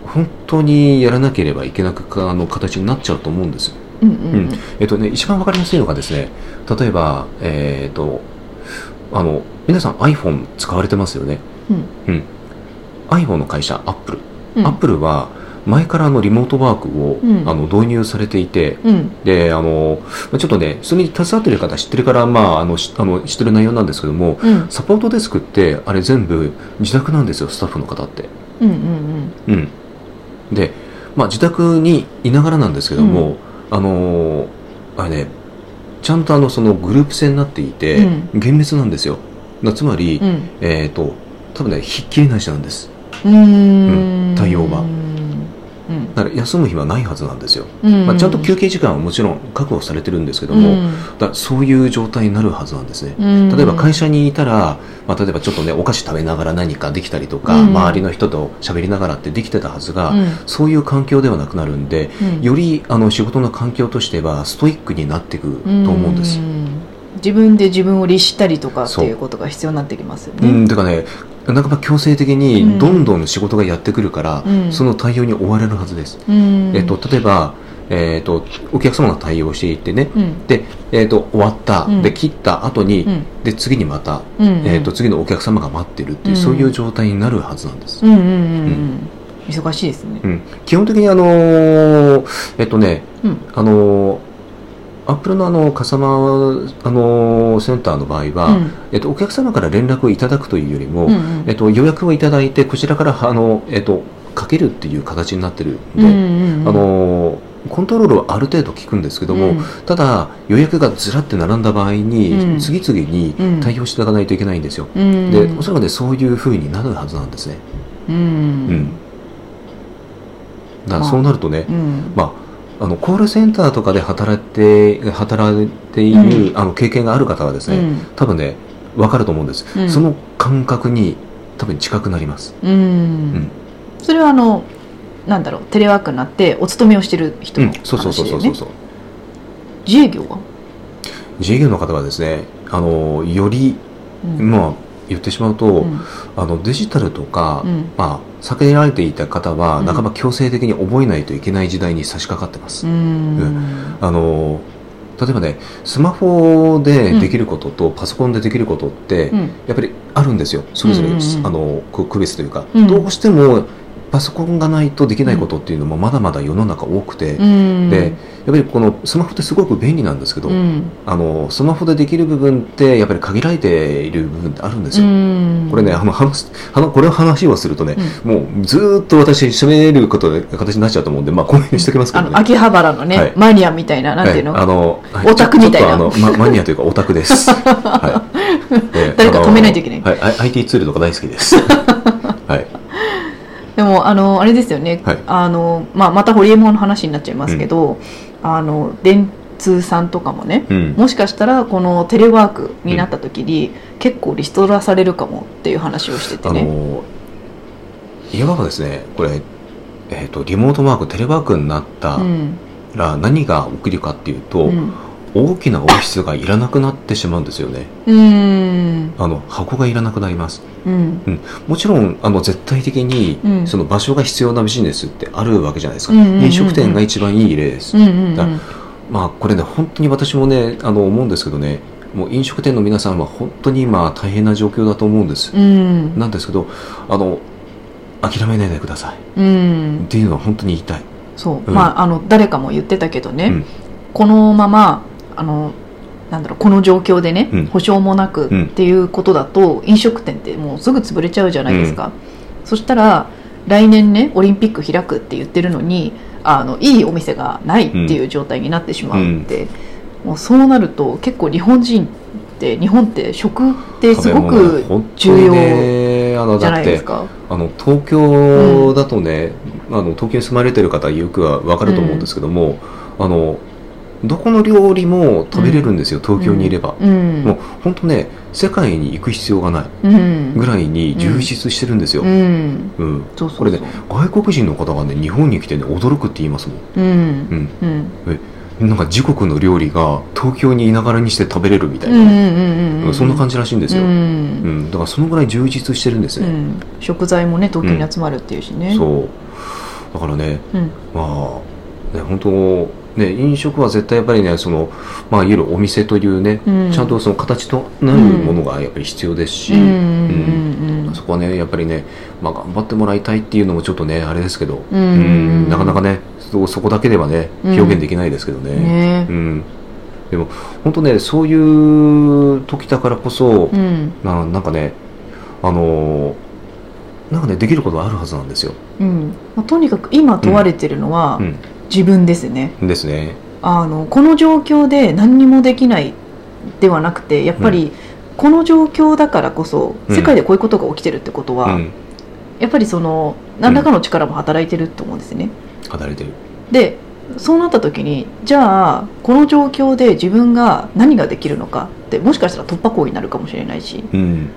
本当にやらなければいけなくあの形になっちゃうと思うんですよ
うんうん
えっとね、一番わかりやすいのがですね、例えば、えっ、と、あの、皆さん iPhone 使われてますよね。うん。iPhone の会社、Apple。
うん
Apple は、前からあのリモートワークを、
うん
あの導入されていて、
うん
で、あの、まあちょっとね、それに携わってる方知ってるから、まあ、あの、しあの知ってる内容なんですけども、
うん
サポートデスクって、あれ全部自宅なんですよ、スタッフの方って。
うんうん
うん、で、まあ、自宅にいながらなんですけども、あのーあれねちゃんとあのそのグループ制になっていて、
うん
厳密なんですよだつまり、
うん
えっ、と多分ねひっきりなしなんです
うんうん
対応は
うん
だから休む日はないはずなんですよ、
うん
まあ、ちゃんと休憩時間はもちろん確保されてるんですけど
う
も、
ん
だからそういう状態になるはずなんですね
うん
例えば会社にいたら、まあ、例えばちょっとねお菓子食べながら何かできたりとか、
うん
周りの人と喋りながらってできてたはずが、
うん
そういう環境ではなくなるんで、
うん
よりあの仕事の環境としてはストイックになっていくと思うんです。
ん自分で自分を律したりとかっていうことが必要になってきますよ
う
ね
ん、だからね、なんかまあ強制的
うん
にどんどん仕事がやってくるから、
うん
その対応に追われるはずです。
うん
えっと、例えば、えっと、お客様が対応していってね、
うん
で、えっと、終わった、
うん
で、切った後に、
うん
で、次にまた、
うん
えっと、次のお客様が待ってるっていう、
うん
そういう状態になるはずなんです。
うんうんうんうん忙しいですね
うん、基本的にあのーえっとね、
うん
あのーアップルのあのカスタマーあのセンターの場合は、
うん
えっと、お客様から連絡をいただくというよりも、
うんうん
えっと、予約をいただいてこちらからあの、えっと、かけるっていう形になってるんで、
うんうん
あのコントロールはある程度効くんですけども、
うん
ただ予約がずらって並んだ場合に、
うん
次々に
うん
対応していかないといけないんですよ、
うん
でおそらくねそういうふうになるはずなんですね、
う
うんん、だからそうなるとね、
うん
まあ、あのコールセンターとかで働いて働いている、あの経験がある方はですね、多分ね分かると思うんです、
うん
その感覚に多分近くなります
うんうんそれはあのなんだろうテレワークになってお勤めをしてる人
う
の
ん、そうそうそうそうそう
話だよね
そう、
自営業は、
自営業の方はですねあのより、
うん
まあ言ってしまうと、
うん
あのデジタルとか、
うん
まあ避けられていた方は、
うん
半ば強制的に覚えないといけない時代に差し掛かってます、
うん
あの例えばねスマホでできることとパソコンでできることって、
うん
やっぱりあるんですよそれぞれ、
うんうんうん
あのこう区別というか、
うん
どうしてもパソコンがないとできないことっていうのもまだまだ世の中多くて、
う
やっ
ん
でぱりこのスマホってすごく便利なんですけど、
うん
あのスマホでできる部分ってやっぱり限られている部分ってあるんです
う
よ、
ん
これねあの話すあのこれを話をするとね、もうずーっと私喋ることで形になっちゃうと思うんでまあこの辺にしときますけ
あ
どね
の秋葉原のね、
はい
マニアみたいななんていうの、
はいあのはい
オタクみたいな
ちょっとあの、ま、マニアというかオタ クです、はいえー
誰か止めないといけない
あのはい、I- IT ツールとか大好きです はい
でもあのあれですよね、
はい
あのまあ、またホリエモンの話になっちゃいますけど、あの電通さんとかもね
うん
もしかしたらこのテレワークになった時に、結構リストラされるかもっていう話をしてて
あ
ね、
のいわばですねこれ、えー、とリモートワークテレワークになっ
う
た
ん
ら何が起きるかっていうと、
うん
大きなオフィスがいらなくなってしまうんですよね
うん
あの箱がいらなくなります
うん
もちろんあの絶対的に、
うん
その場所が必要なビジネスってあるわけじゃないですか、
うんうんうんうん
飲食店が一番いい例です、
うんうん
だまあこれね本当に私もねあの思うんですけどねもう飲食店の皆さんは本当に今大変な状況だと思うんです、
うん
なんですけどあの諦めないでください
うん
っていうのは本当に言いたい、
そう、
うん
まああの誰かも言ってたけどね、
うん
このままあのなんだろうこの状況でね、
うん
保証もなくっていうことだと、飲食店ってもうすぐ潰れちゃうじゃないですか、そしたら来年ねオリンピック開くって言ってるのにあのいいお店がないっていう状態になってしまうって、もうそうなると結構日本人って日本って食ってすご
食べ物
く
本当
重
に
要
ねあの
じゃ
だ
な
っ
いで
て
すか。
あの東京だとね、あの東京に住まれてる方よくは分かると思うんですけども、あのどこの料理も食べれるんですよ、東京にいれば、
うん
もう本当ね世界に行く必要がない
うん
ぐらいに充実してるんですよ、
う
うん
んそうそうそう
これね外国人の方がね日本に来てね驚くって言いますもん、
うん
うん、
うん
なんか自国の料理が東京にいながらにして食べれるみたい
うんう
な、
んうんうん、
そんな感
じ
じらしいんで
です
よ、
う
うん
ん
だからそのぐらい充実してるんです
う
ね、
ん、食材もね東京に集まるっていうしね、
そうだからね
うん
まあね本当ね飲食は絶対やっぱりねそのまあいわゆるお店というね、
うん
ちゃんとその形となるものがやっぱり必要ですし、
うんうんうん
そこはねやっぱりね、まあ、頑張ってもらいたいっていうのもちょっとねあれですけど、
うん
なかなかねそそこだけではね
うん
表現できないですけど
う
ね。
んね
う、ん、でも本当ねそういう時だからこそ、
うん
ななんかねあのーなんかねできることはあるはずなんですよ。
うんまあ、とにかく今問われてるのは、
うん
自分ですね
ですね。
あのこの状況で何にもできないではなくてやっぱり、この状況だからこそ
うん
世界でこういうことが起きてるってこと
う
は、
ん、
やっぱりその何らかの力も働いてると思うんですね、
働いてる。
でそうなった時にじゃあこの状況で自分が何ができるのかってもしかしたら突破口になるかもしれないし
うん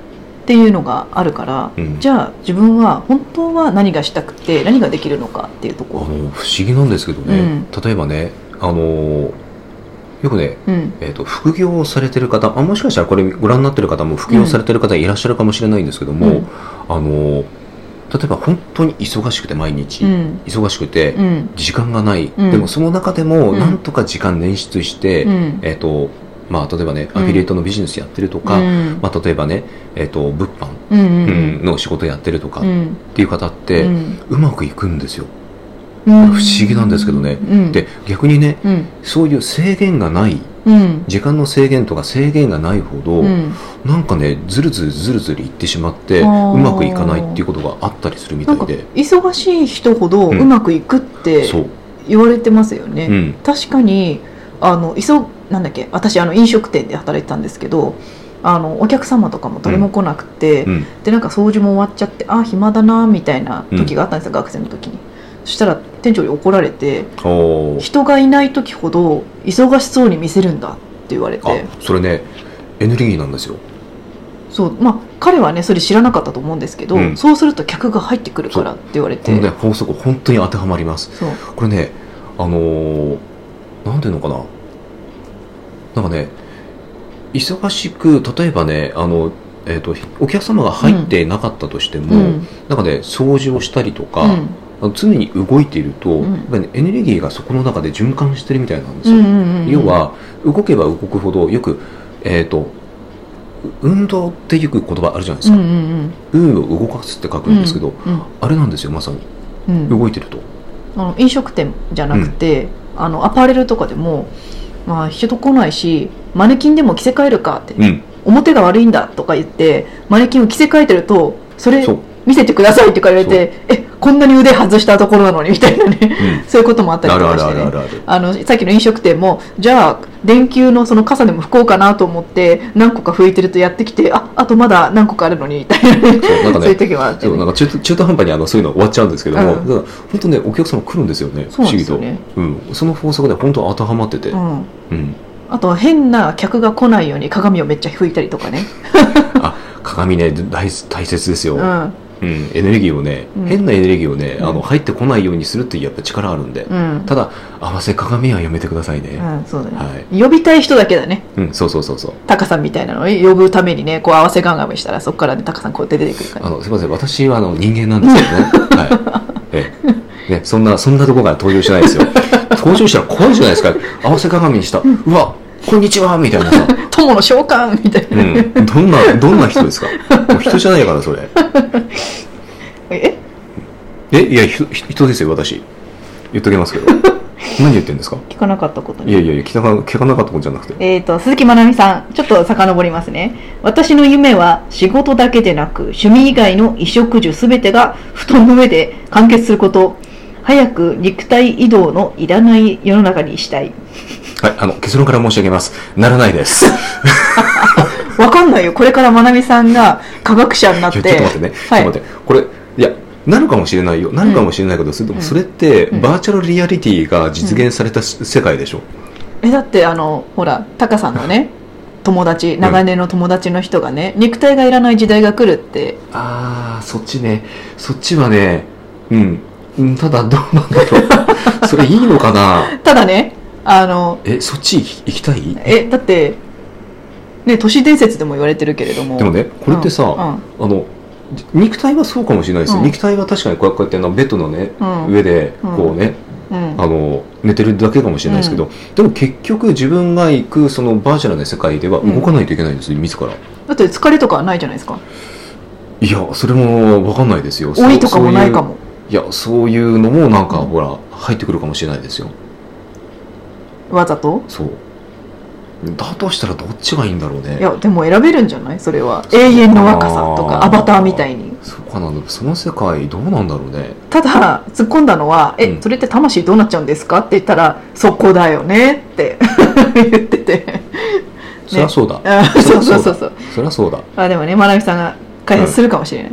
っていうのがあるから
うん、
じゃあ自分は本当は何がしたくて何ができるのかっていうと
あの
こ
不思議なんですけどね、
うん
例えばねあのーよくね
ろ、うん
えー、と副業をされてる方あもしかしたらこれご覧になってる方も副業されてる方いらっしゃるかもしれないんですけども、
うん
あのー例えば本当に忙しくて毎日、
うん
忙しくて
うん
時間がない、
うん
でもその中でも
うん
なんとか時間捻出して、
うん
えーとまあ、例えばね
う
ア
ん
フィリエイトのビジネスやってるとか、
うん
まあ、例えばね、えー、と物販
うんう
うんんの仕事やってるとか
うん
っていう方って、
う
うんまくいくんですよ。
うん
不思議なんですけどね
うん、
で逆にね
うん
そういう制限がない
うん
時間の制限とか制限がないほど、
うん
なんかねずるずるずるずるいってしまってう
あー
まくいかないっていうことがあったりするみ
な
た
んか
いで
忙しい人ほど
うん
うまくいくって
そう、
言われてますよね、
うん、
確かにあの急なんだっけ私あの飲食店で働いてたんですけどあのお客様とかも誰も来なくて、
うん
でなんか掃除も終わっちゃってあ暇だなみたいな時があったんですよ、学生の時にそしたら店長に怒られて
おー
人がいない時ほど忙しそうに見せるんだって言われて
あそれねエネルギーなんですよ
そうまあ彼はねそれ知らなかったと思うんですけど、
うん
そうすると客が入ってくるからって言われ
こ
て
のね法則本当に当てはまります
そう
これねあのーなんていうのかななんかね忙しく例えばねあのえー、とお客様が入ってなかったとしても、
うん
なんかね掃除をしたりとか、
うん
あの常に動いていると、
うん
やっぱりね、エネルギーがそこの中で循環してるみたいなんです
うん
よ、
うんうん
要は動けば動くほどよくえっ、と運動ってよく言葉あるじゃないで
う
す
んう
か、
んうん
運を動かすって書くんですけど、あれなんですよまさに
うんうん
動いてると、
あの飲食店じゃなくて、あのアパレルとかでも、まあ、人来ないしマネキンでも着せ替えるかって、
うん、
表が悪いんだとか言ってマネキンを着せ替えてるとそれ
そう、
見せてくださいって言われてえこんなに腕外したところなのにみたいなね
うん、
そういうこともあったり
あ
と
る
か
ある
し
あ
て
るあ
ね
るある
あのさっきの飲食店もじゃあ電球のその傘でも拭こうかなと思って何個か拭いてるとやってきてああとまだ何個かあるのにみたいなね、
そうなんか
そういう
ね
時もあって、
そうなんか中途中途半端にあのそういうの終わっちゃうんですけども、
うん
だから本当ねお客様来るんですよね不
そう
思
なんで
議
す
と
よね、
うん、その法則で本当当てはまってて、うん
うん、あとは変な客が来ないように鏡をめっちゃ拭いたりとかね、
鏡ね大大切ですよ、
うん
うん、エネルギーをね、
うん
変なエネルギーをね、
うん
あの入ってこないようにするっていうやっぱ力あるんで、
うん
ただ合わせ鏡はやめてくださいね、
うん、そうだね、
はい、
呼びたい人だけだね
うん、そうそうそうそう
タカさんみたいなのを呼ぶためにねこう合わせガンガンしたらそこからねタカさんこうやって出てくるから
あのすいません私はあの人間なんですけ どね、はいええね、そんなそんなとこから登場しないですよ登場したら怖いじゃないですか合わせ鏡にした、うわこんにちはみたいなさ、
友の召喚みたいな、
うん、どんなどんな人ですかもう人じゃないからそれ
え
えいやひひ人ですよ私言っときますけど何言ってんですか
聞かなかったこと
い
に
やいやいや聞かな聞かなかったことじゃなくて
えー、と鈴木まなみさんちょっと遡りますね私の夢は仕事だけでなく趣味以外の衣食住すべてが布団の上で完結すること早く肉体移動のいらない世の中にしたい
はい、あの、結論から申し上げます。ならないです。い
わかんないよこれからまなみさんが科学者にな
や
っ
ち
て
ょっと待ってね。
はい
ちょっと待って。これ、いや、なるかもしれないよ。なるかもしれないけど、それで
うん
もそれって、
うん
バーチャルリアリティが実現されたし、世界でしょ。
えだってあのほらタカさんのね友達長年の友達の人がね、肉体がいらない時代が来るって
あー、そっちね。そっちはね、うん。うんただ、どうなんだろう。 それいいのかな
ただねあの
え、そっち行き行きたい
えだってね都市伝説でも言われてるけれども
でもね、これってさ、
うん
あの、じ肉体はそうかもしれないですよ。
うん
肉体は確かにこうこうやってあのベッドのね、
うん
上で、
うん
こうね、
うん
あの寝てるだけかもしれないですけど、でも結局自分が行くそのバーチャルな世界では動かないといけないんですよ、自ら
だって疲れとかはないじゃないですか
いやそれも分かんないですよ
老いとかもないかも
そういういやそういうのもなんか、
うん
ほら入ってくるかもしれないですよ
わざと
そうだとしたらどっちがいいんだろうね
いやでも選べるんじゃないそれは永遠の若さとか
あー
アバターみたいに
そうかなでもその世界どうなんだろうね
ただ突っ込んだのは「え、
うん
それって魂どうなっちゃうんですか?」って言ったら「そこだよね」って 言ってて
そりゃそうだ、
あー
そ
そうう
そ
そううそう
そ
うそう
そりゃそうだ
あでもねまなみさんが開発するかもしれない、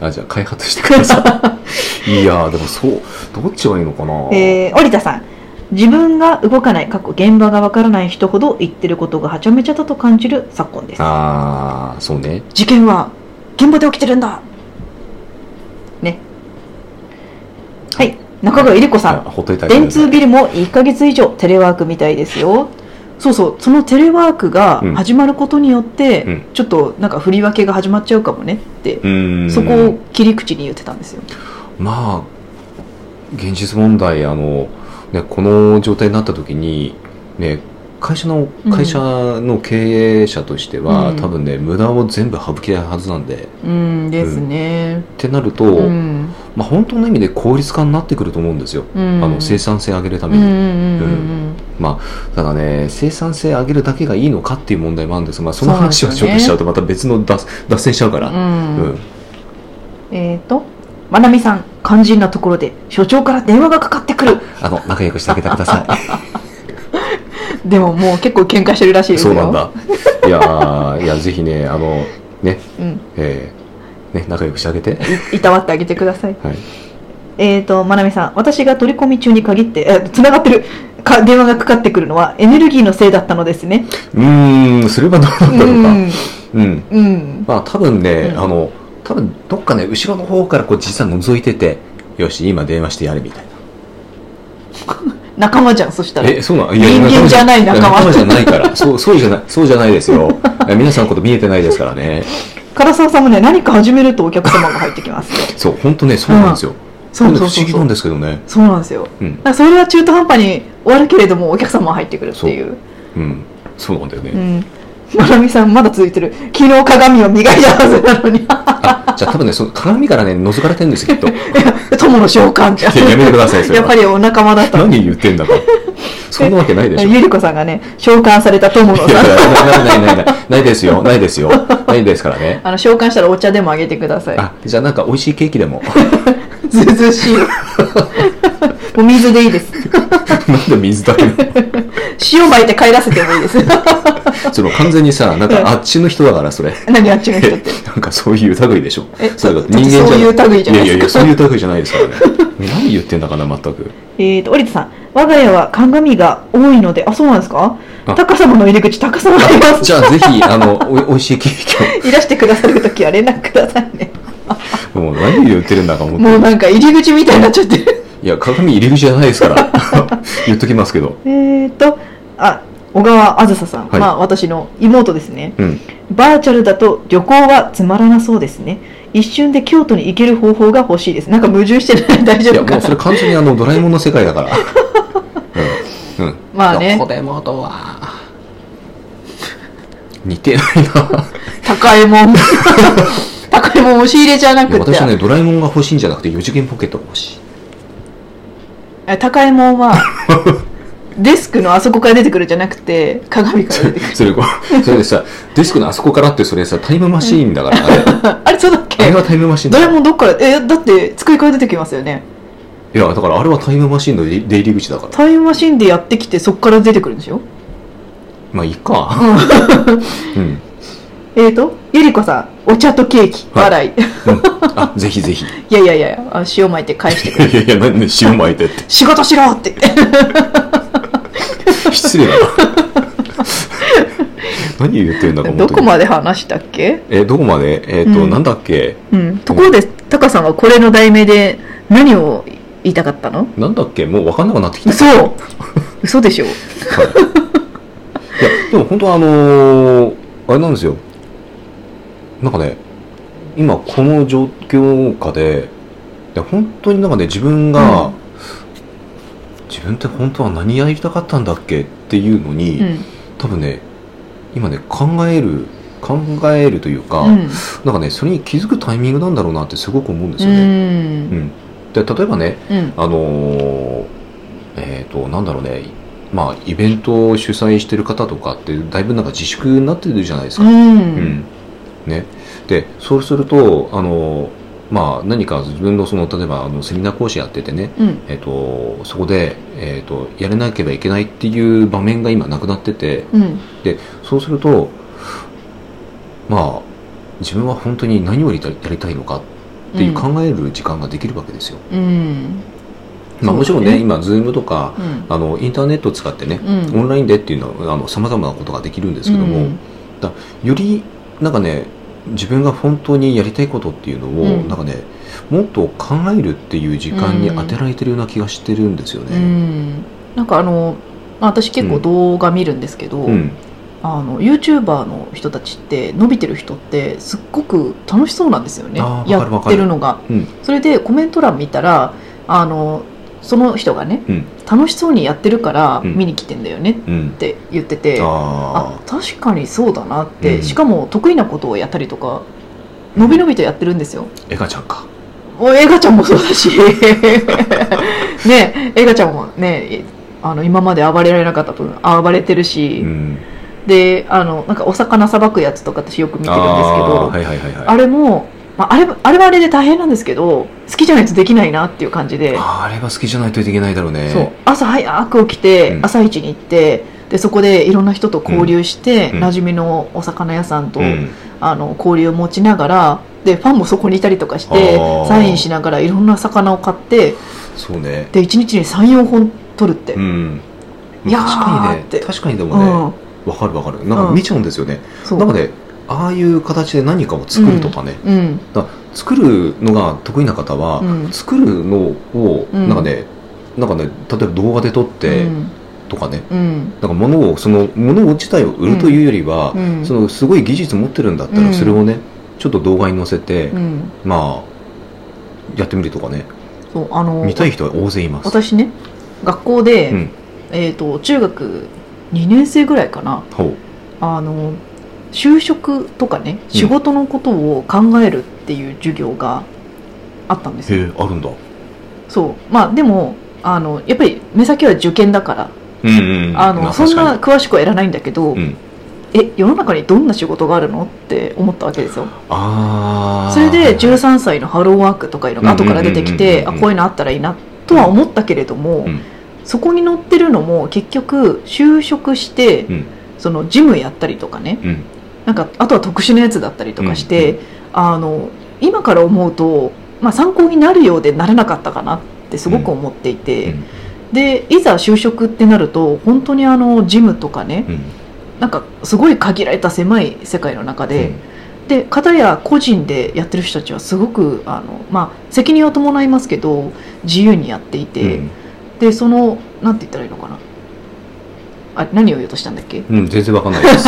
あじゃあ開発してくださ いいやーでもそうどっちがいいのかな、
えー、織田さん自分が動かない過去現場がわからない人ほど言ってることがはちゃめちゃだと感じる昨今です
ああそうね
事件は現場で起きてるんだねはい中川ゆり子さん
あほっといてあげてく
電
ださい
通ビルも1ヶ月以上テレワークみたいですよそうそうそのテレワークが
うん
始まることによって、
うん
ちょっとなんか振り分けが始まっちゃうかもねって、
うーん
そこを切り口に言ってたんですよ
まあ現実問題あの、ね、この状態になった時に、ね、会社の
うん
会社の経営者としては、
うん
多分ね無駄を全部省きたいはずなんでっ
うんですね
てなると、
うん、
まあ、本当の意味で効率化になってくると思うんですよ、
うん
あの生産性上げるた
うんう
めに、
んうんうん
まあ、ただね生産性上げるだけがいいのかっていう問題もあるんですが、まあ、その話
そう
は
です
ち
よ
ょっ
ね
としちゃうとまた別の脱脱線しちゃうから、
うん
うん
えっ、とまなみさん肝心なところで所長から電話がかかってくる
あの仲良くしてあげてく ださい。
でももう結構喧嘩してるらしいです
そ
よ
うなんだ。いやーいやぜひねあのね
うん
えーね仲良くしてあげて。
い いたわってあげてください
はい。
えーと、まなみさん、私が取り込み中に限って、え、繋がってる、か、電話がかかってくるのはエネルギーのせいだったのですね。
うーんすればどうなんだろうか。うん。
うん。うん。
まあ多分ね、
うん
あの多分どっかね後ろの方からこう実は覗いてて。よし今電話してやるみたい
仲間じゃん、そした
な
ら。
えそうなのい
人間じゃない仲間
仲間じゃないから そうそうじゃないそうじゃないですよいや皆さんのこと見えてないですからね
唐沢さんもね、何か始めるとお客様が入ってきますよ。
そう本当ね そうなんですよ、
そう
こ
そう
れね不
そう
思議
そ
なん
う。
ですけどね
そうなんですよ。
うん
だからそれは中途半端に終わるけれども、お客様が入ってくるっていう。
うんそうなんだよね、
うん。まなみさん、まだ続いてる。昨日鏡を磨いたはずな のに。い
あじゃあ多分ねその鏡からね覗かれてるんですきっ と
や友の召喚じゃん。
いややめてくださいそれ
やっ
は
ぱりお仲間だったの。
何言ってんだとそんなわけないでしょ
ゆりこさんがね、召喚された友の
いや
さん。
ないないないないないですよないですよないですからね
あの召喚したらお茶でもあげてください。
あじゃあなんか美味しいケーキでも
ずうずうしい。お水でいいです。
なんで水だけな
塩撒いて帰らせても いいです。
のその完全にさなんかあっちの人だからそれ
何あっちの人って。
なんかそういう類でしょ
え
それが
ちょっとそういう類じゃない
いやいやい
で
や
すか
そういう類じゃないですからねね何言ってんだかな全く
えっと、織田さん、我が家は鏡が多いので、あ、そうなんですか
あ
高様の入り口、高様がいます。
じゃあぜひあのお美味しいケー
いらしてくださるときは連絡くださいね。
キをもう何言ってるんだか思って
もうなんか入り口みたいになっちゃ ってる。
いや鏡入り口じゃないですから 言っときますけど
えっと、あ、小川あずささん。
はい
まあ、私の妹ですね。
うん
バーチャルだと旅行はつまらなそうですね。一瞬で京都に行ける方法が欲しいです。なんか矛盾してない大丈
い
夫
やも
か
うそ
な
れ完全にあのドラえもんの世界 だからうん、うん、
まあね
どこでもドア 似てないな
高い もん。高いもん押し入れじゃない
や
く
私はね
て。
ドラえもんが欲しいんじゃなくて4次元ポケットが欲しい
え高いもんは、デスクのあそこから出てくるじゃなくて、鏡から出てく
それこうそれでさデスクのあそこからってそれさタイムマシーンだからあれ
る。あれ、そうだっ
あれ
け
はタイムマシーン
ド
だ
ラえもんどっから、え、だって机から出てきますよね。
いやだからあれはタイムマシーンの出入り口だから
タイムマシンでやってきてそこから出てくるんでしょ
まあいいかうん、
えーと、ゆりこさん、お茶とケーキ、
はい
笑い。
うん、あぜひぜひい
い、やいやいや、あ塩巻いて返してく
や
れ。
いやいや何で塩巻いてって
仕事しろって。
失礼だな 何言ってんだか思
ど
って
こまで話したっけ
えどこまでえっ、と、
うん
なんだっけ
うん。ところで、タカさんはこれの題名で何を言いたかったの
なんだっけもう分かんなくなってきた
嘘嘘でしょ
いやでも本当はあのーあれなんですよなんかね今この状況下でで本当になんかね自分が、
うん
自分って本当は何やりたかったんだっけっていうのに、
うん。
多分ね今ね考える考えるというか、
うん。
なんかねそれに気づくタイミングなんだろうなってすごく思うんです
う
よね。うん
ん。
で例えばね
うん。
あのーえっ、と、なんだろうね、まあ、イベントを主催してる方とかって、だいぶなんか自粛になってるじゃないです
う。
か。うんね。で、そうすると、あのーまあ、何か自分のその、例えば、あの、セミナー講師やっててね、
うん。
えっ、と、そこで、えっ、と、やれなければいけないっていう場面が今なくなってて、
うん。
そうすると、まあ、自分は本当に何をやりたいやりたいのかっていう考える時間ができるわけですよ。
うん。
まあ、もちろん
そ
ね、
うだね
今、ズームとか、
うん。
あのインターネットを使ってね、
うん
オンラインでっていうのはあの様々なことができるんですけども、
うん
よりなんかね自分が本当にやりたいことっていうのを、
うん
なんかねもっと考えるっていう時間に当てられてるような気がしてるんですよ
う
ね。
ん。なんかあの、まあ私結構動画見るんですけど、
うん、
あの YouTuber の人たちって伸びてる人ってすっごく楽しそうなんですよね
あーわ
や
かるわ
っ
かる
てるのが、
うん
それでコメント欄見たらあのその人がね、
うん
楽しそうにやってるから
うん
見に来てんだよね
うん
って言ってて、あ
あ
確かにそうだなって、
うん
しかも得意なことをやったりとか伸び伸びとやってるんですよ
ーエガちゃんか。
お映画ちゃんもそうだ しね映画ちゃんもねあの今まで暴れられなかった分暴れてるし、
うん、
であのなんかお魚さばくやつとか私よく見てるんですけど
あ
あ,、
ーはいはいはいはい
れも、まあ、あれあれはあれで大変なんですけど好きじゃないとできないなっていう感じで、
ああれは好きじゃないといけないだろうね
そう朝早く起きて、
うん
朝一に行ってでそこでいろんな人と交流して、
うん
馴染みのお魚屋さんと、
ん、
あの交流を持ちながらでファンもそこにいたりとかして
あー
サインしながらいろんな魚を買って
そうね
で1日に34本取るって、
うん
いやー
確かに
って
ね確かにでもね
う
わ
ん、、
かるわかるなん
う
か
ん
見ちゃうんですよね、
そう
なんかねああいう形で何かを作るとかね、
うん
だから作るのが得意な方は、
うん
作るのを
うん
なんかね、なんかね例えば動画で撮って
うん
とかね、
うん
なんか物をその物自体を売るというよりは、
うん
そのすごい技術持ってるんだった
うん
らそれをね、ちょっと動画に載せて、
うん
まあやってみるとかね
そうあの
見たい人は大勢います
私ね学校で、
うん
えー、と中学2年生ぐらいかな
ほう
あの就職とかね仕事のことを考えるっていう授業があったんです
へ
よ、
えあるんだ
そうまあでもあのやっぱり目先は受験だから
うんうんうん
あの
ま
そんな
確か
詳しくはいらないんだけど、
にうん
え世の中にどんな仕事があるのって思ったわけですよ
ああ
それで
13
13歳のハローワークとかいうのが後から出てき
う
て
んうんうんうん
あこういうのあったらいいなとは思ったけれども、
うん
そこに載ってるのも結局就職して、
うん
そのジムやったりとかね
うん
なんかあとは特殊なやつだったりとかして、
うん
あの今から思うと、まあ、参考になるようでならなかったかなってすごく思っていて、
うん
でいざ就職ってなると本当にあのジムとかね
うん
なんかすごい限られた狭い世界の中で。
うん
で方や個人でやってる人たちはすごくあの、まあ、責任は伴いますけど自由にやっていて、
うん
でそのなんて言ったらいいのかなあ何を言おうとしたんだっけい
うん全然わかんない です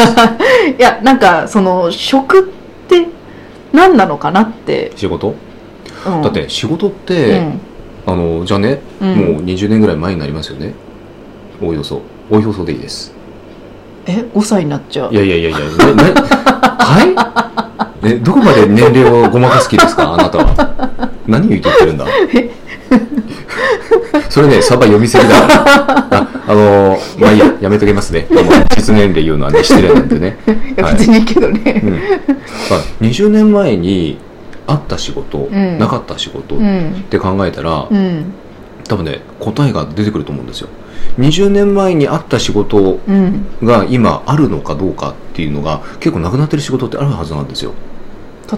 やなんかその食って何なのかなって、
仕事
うん
だって仕事っ
う
て、
ん
あのじゃあね、
うん
もう20年ぐらい前になりますよねおおよそおおよそでいいです
え5歳になっちゃう
いやいやいやいや、ななはいえ、どこまで年齢をごまかす気ですかあなたは。何を言ってるんだ
え
それね、サバ読みすぎだあ、あのーまあいいや、やめとけますね。もう実年齢言うのはね、失礼なんでね。
いや
はい
別にいいけど
う
ね、
ん。まあ、20年前にあった仕事、
ん
なかった仕事っ
うん
て考えたら、
うん
多分ね、答えが出てくると思うんですよ。20年前にあった仕事
うん、
が今あるのかどうかっていうのが結構なくなってる仕事ってあるはずなんですよ。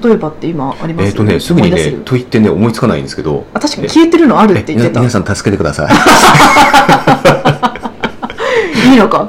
例えばって今あります
えっ、とね、すぐに
思い出
ね
せ、る
と言ってね、思いつかないんですけど。
あ確かに消えてるのあるって言って
え
た
皆さん助けてください。
いいのか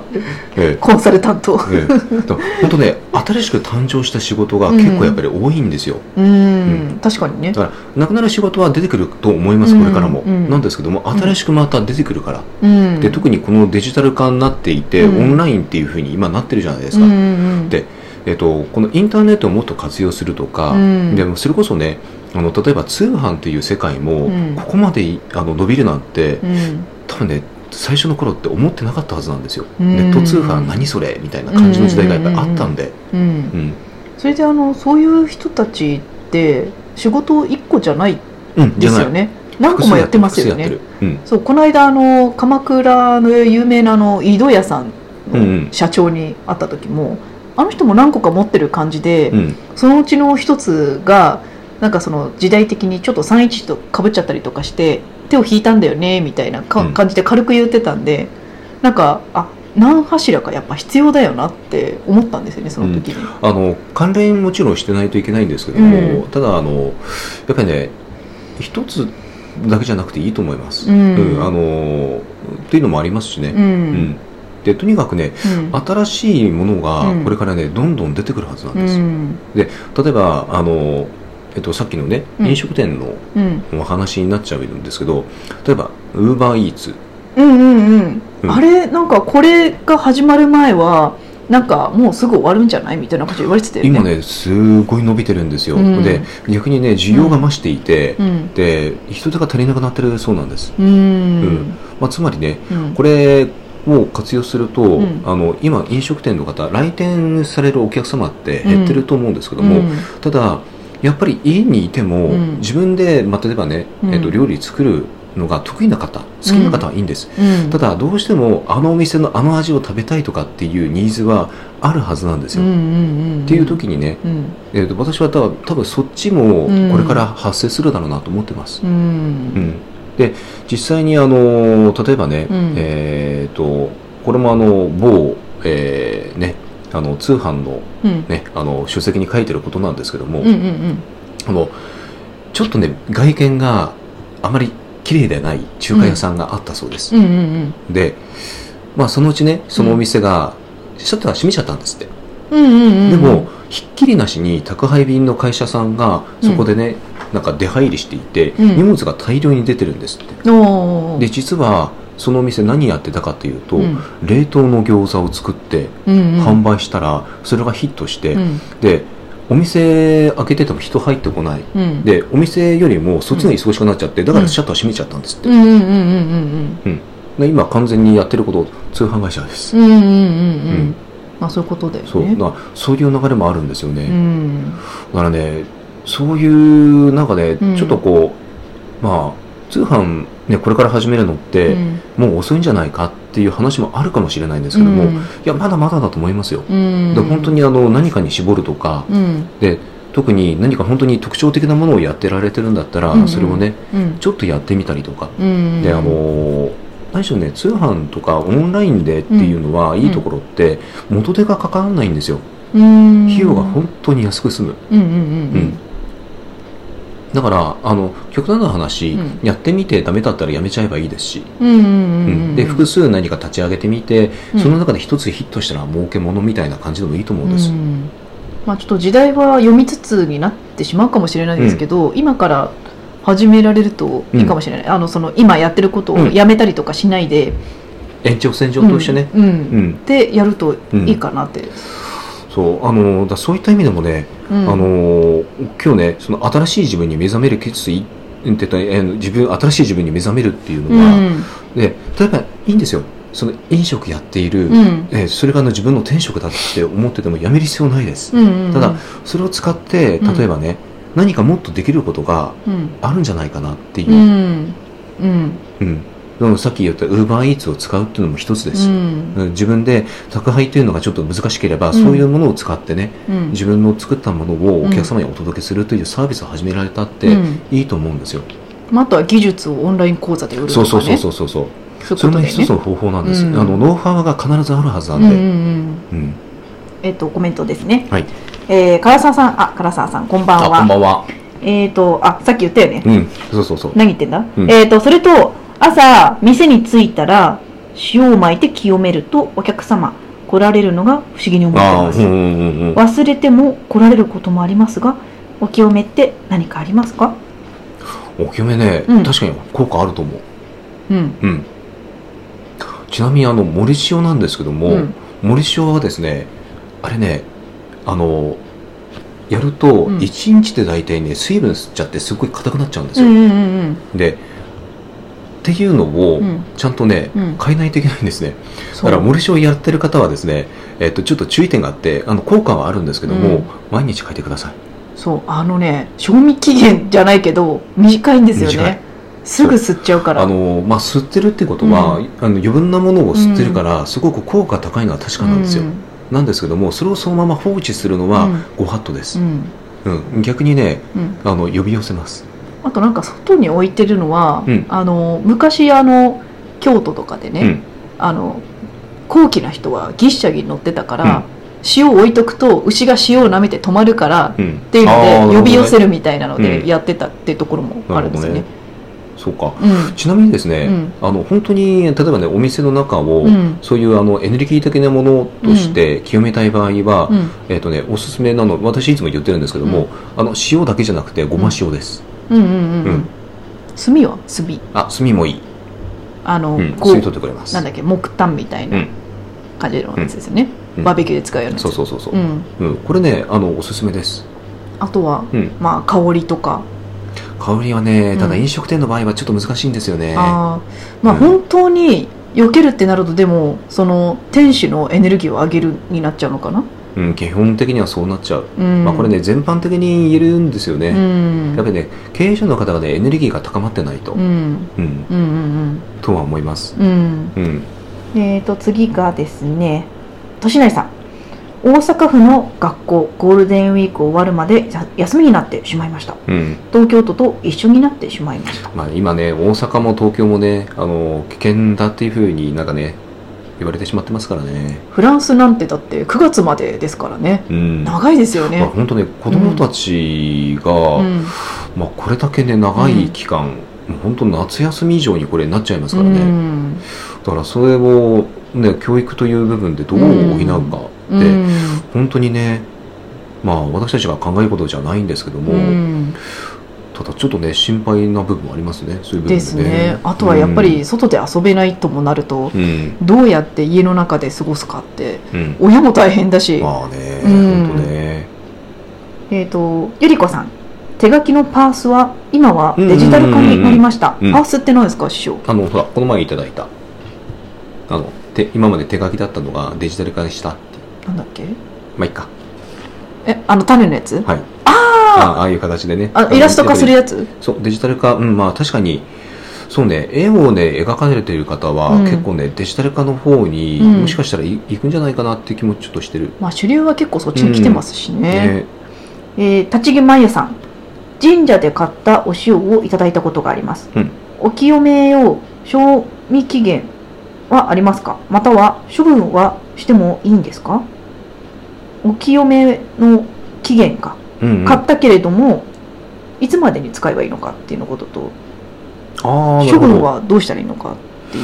ええ
コンサルタント
ええでも本当ね、新しく誕生した仕事が結構やっぱり多いんですよ。
うん、確かにね
だから、なくなる仕事は出てくると思います、これからも。
うんうん
なんですけども、新しくまた出てくるから。
うん
で、特にこのデジタル化になっていて、
うん
オンラインっていうふうに今なってるじゃないです
う
か。
んうん、
でえっと、このインターネットをもっと活用するとか、
うん
でもそれこそねあの例えば通販っていう世界も、
うん
ここまでいあの伸びるなんて、
うん
多分ね最初の頃って思ってなかったはずなんですよ、
うん
ネット通販何それみたいな感じの時代がやっぱりあったんで、
うん、
うん
それであのそういう人たちって仕事一個じゃない
うん
で
じゃ
す
ない
よね何個もやってますよね
複数やってるうん
そうこの間あの鎌倉の有名なあの井戸屋さん
うんう
の
ん
社長に会った時も、あの人も何個か持ってる感じで、
うん
そのうちの一つがなんかその時代的にちょっと31とかぶっちゃったりとかして手を引いたんだよねみたいなか
うん
感じで軽く言ってたんで、なんかあ何柱かやっぱ必要だよなって思ったんですよねその時に。
あの関連もちろんしてないといけないんですけども、
う
ただあのやっぱりね一つだけじゃなくていいと思います、
うん
あのというのもありますしね、
うん
うんでとにかくね
うん
新しいもの
う
が
ん
これからね、どんどん出てくるはずなん
う
ですよ、
ん
例えばあの、えっと、さっきのね
うん
飲食店の
うん
お話になっちゃうんですけど例えばウーバーイーツ
うんうんう
うんん
あれなんかこれが始まる前はなんかもうすぐ終わるんじゃないみたいなこと言われてたよね。
今ねすごい伸びてるんですよ、
うん
で逆にね需要が増していて、
うん
で人手が足りなくなってるそうなんです、
うん
まあ、つまりね
うん
これを活用すると、
ん
あの今飲食店の方来店されるお客様って減ってると思うんですけども、ただやっぱり家にいても、
うん
自分で、まあ、例えばね、えっ
う
と
ん
料理作るのが得意な方好きな方はいいんです、
うん
ただどうしてもあのお店のあの味を食べたいとかっていうニーズはあるはずなんです
う
よ、
んうん
っ
うんうん
ていう時にね、
うん
えっと私は多分多分そっちも
うん
これから発生するだろうなと思ってます
う、
うんん、で実際にあの例えばね、
うん
えっとこれもあの某、えーね、あの通販の,、
うん
ね、あの書籍に書いてることなんですけども、
うんうんうん
あのちょっとね外見があまり綺麗でない中華屋さんがあったそうです、
うんうん
で、まあ、そのうちねそのお店が、シャッターが閉めちゃったんですって、
うんうんうんうん
でもひっきりなしに宅配便の会社さんがそこでね、なんか出入りしていて、
うん
荷物が大量に出てるんですって
おー
で実はそのお店何やってたかというと、
うん
冷凍の餃子を作って
うんうん
販売したらそれがヒットして、
うん
でお店開けてても人入ってこない
うん
でお店よりもそっちの方が忙しくなっちゃって、だからシャッター閉めちゃったんですって、
うんうんうんうんうん
で今完全にやってること通販会社です、
うんうんうんう
うんん
まあそういうことだよね
そうだからそういう流れもあるんですよね、
うん
だからねそういうなんかね、
うん
ちょっとこうまあ通販ねこれから始めるのって、
うん
もう遅いんじゃないかっていう話もあるかもしれないんですけども、いやまだまだだと思いますよ、
うん
で本当にあの何かに絞るとか
うん
で特に何か本当に特徴的なものをやってられてるんだったら、
うんうん
それをね
うん
ちょっとやってみたりとか、
うん
であの何しろね通販とかオンラインでっていうのは、いいところって元手がかからないんですよ
うん
費用が本当に安く済む、
うんうん
うんだからあの極端な話、
うん
やってみてダメだったらやめちゃえばいいですし、
うんうんうんうんうん
で複数何か立ち上げてみて、
うん
その中で一つヒットしたら儲けものみたいな感じでもいいと思うんです、
んまあ、ちょっと時代は読みつつになってしまうかもしれないですけど、今から始められるといいかもしれない、あのその今やってることをやめたりとかしないで、
延長線上
うん、
と一緒ね、
うん
うん
でやるといいかなって、
そうあのだそういった意味でもね、
うん
あの今日ねその新しい自分に目覚める決意うんって言ったらえー自分新しい自分に目覚めるっていう
う
のは、
ん
で例えばいいんですよその飲食やっている、
うん
えーそれがあの自分の天職だって思っててもやめる必要ないです、
うん
ただそれを使って
うん
例えばね、何かもっとできることが
うん
あるんじゃないかなっていう
う、んうん
うん、でもさっき言ったウーバーイーツを使うっていうのも一つで
う
す、
ん
うん自分で宅配というのがちょっと難しければ、
ん
そういうものを使ってね
うん
自分の作ったものをお客様にお届けするというサービスを始められたっていいと思うんですよ、
まあ、あとは技術をオンライン講座で売るとか、
そう
ね、
そうそうそうそうそう
そういうこと
それも
だよ
一
ね
つの方法なんです、
うん
あのノウハウが必ずあるはずな
うんんう
で、
ん
うん
うんえっ、とコメントですね
はい
えー、唐沢さんあ唐沢さんこんばんは
んは
えっ、とあさっき言ったよね、
うんそうそうそう
何言ってんだ、
うん
えっ、とそれと朝店に着いたら塩をまいて清めるとお客様来られるのが不思議に思って
ああ
ま
う
す、
んうんうんうん
忘れても来られることもありますがお清めって何かありますか
お清めね、
うん
確かに効果あると思う
うん
うんちなみにあの森塩なんですけども、
うん
森塩はですねあれねあのやると
うん
1日で大体ね水分吸っちゃってすごい硬くなっちゃうんです
うん
よ、
うんうん
でっていうのを
うん
ちゃんとね、
うん
変えないといけないんですねだ
そう
から森塩やってる方はですね、えっと、ちょっと注意点があってあの効果はあるんですけども、
うん
毎日変えてください
そうあのね賞味期限じゃないけど短いんですよ
短
ね
い
すぐ吸っちゃうから
あの、まあ、吸ってるってことは、
う
あの余分なものを吸ってるから、すごく効果高いのは確かなんですよ、
うん
なんですけどもそれをそのまま放置するの
う
は
ん
ご法度で
う
す、
ん
うん逆にね
うん
あの呼び寄せます
あとなんか外に置いてるのは、
うん
あの昔あの京都とかでね、
うん
あの高貴な人はぎっしゃぎ乗ってたから、塩を置いとくと牛が塩を舐めて止まるから
うん
っていう
あ
の
ー
で呼び寄せるみたいなの
う
で
ん
やってたっていうところもあるんですよね。
そうか
うん
ちなみにですね、
うん
あの本当に例えばねお店の中を、
うん
そういうあのエネルギー的なものとして清めたい場合は、
うん
えっ、とねおすすめなの私いつも言ってるんですけども、あの塩だけじゃなくてごま塩です、
うんうんう
うんん
炭は炭
あ炭もいい、
あの、
うん、
こ
吸いう取ってくれます
なんだっけ木炭みたい
うん
な感じのやつですよね、
うん
バーベキューで使うようなやつ
そうそうそうそう、
うん、
うん、これねあのおすすめです、
あとは、
うん、
まあ、香りとか
香りはねただ
うん
飲食店の場合はちょっと難しいんですよね、
あーまあ
うん
本当に避けるってなるとでもその天使のエネルギーを上げるになっちゃうのかな
うん、基本的にはそうなっちゃう、
うん
まあ、これね全般的に言えるんですよね、
うん
やっぱりね経営者の方がねエネルギーが高まってないと、
う
うん
んうんうん
とは思います、
うんうん
うん、
えー、と次がですね、年成さん、大阪府の学校、ゴールデンウィーク終わるまでや休みになってしまいました。
うん、
東京都と一緒になってしまいました。
まあ今ね大阪も東京もねあの危険だっていうふうになんかね言われてしまってますからね、
フランスなんてだって9月までですからね、
うん、
長いですよ
まあ、
ね。
本当ね子供たちが、
うん、
まあ、これだけね長い期間、もう本当夏休み以上にこれなっちゃいますからね、
うん
だからそれを、ね、教育という部分でどう補うかっ
う
て、
ん
本当にねまあ私たちが考えることじゃないんですけども、
うん
ただちょっとね心配な部分もありますねそういう部分でね
ですね。あとはやっぱり外で遊べないともなると、
うん、うん
どうやって家の中で過ごすかって、
うん
親も大変だし、
まあね、
うん
本当ね
えー、とゆりこさん手書きのパースは今はデジタル化になりました、
うんうんうんうん
パースって何ですか師匠
あのほらこの前いただいたあのて今まで手書きだったのがデジタル化にしたっていう
なんだっけ
まあいっか
えあの種のやつ、
はい
あ
あああいう形でね
あイラスト化する
や
やつ
そうデジタル化うんまあ確かにそうね絵をね描かれている方は、
うん
結構ねデジタル化の方に、
うん
もしかしたらいいくんじゃないかなって気もちょっとしてる、
まあ主流は結構そっちに来てますしね、
ね
えー立木まゆさん神社で買ったお塩をいただいたことがあります、
うん
お清め用賞味期限はありますかまたは処分はしてもいいんですかお清めの期限か
うんうん
買ったけれども、いつまでに使えばいいのかっていうのことと
ああな
処
るほ
分
ど
はどうしたらいいのかってい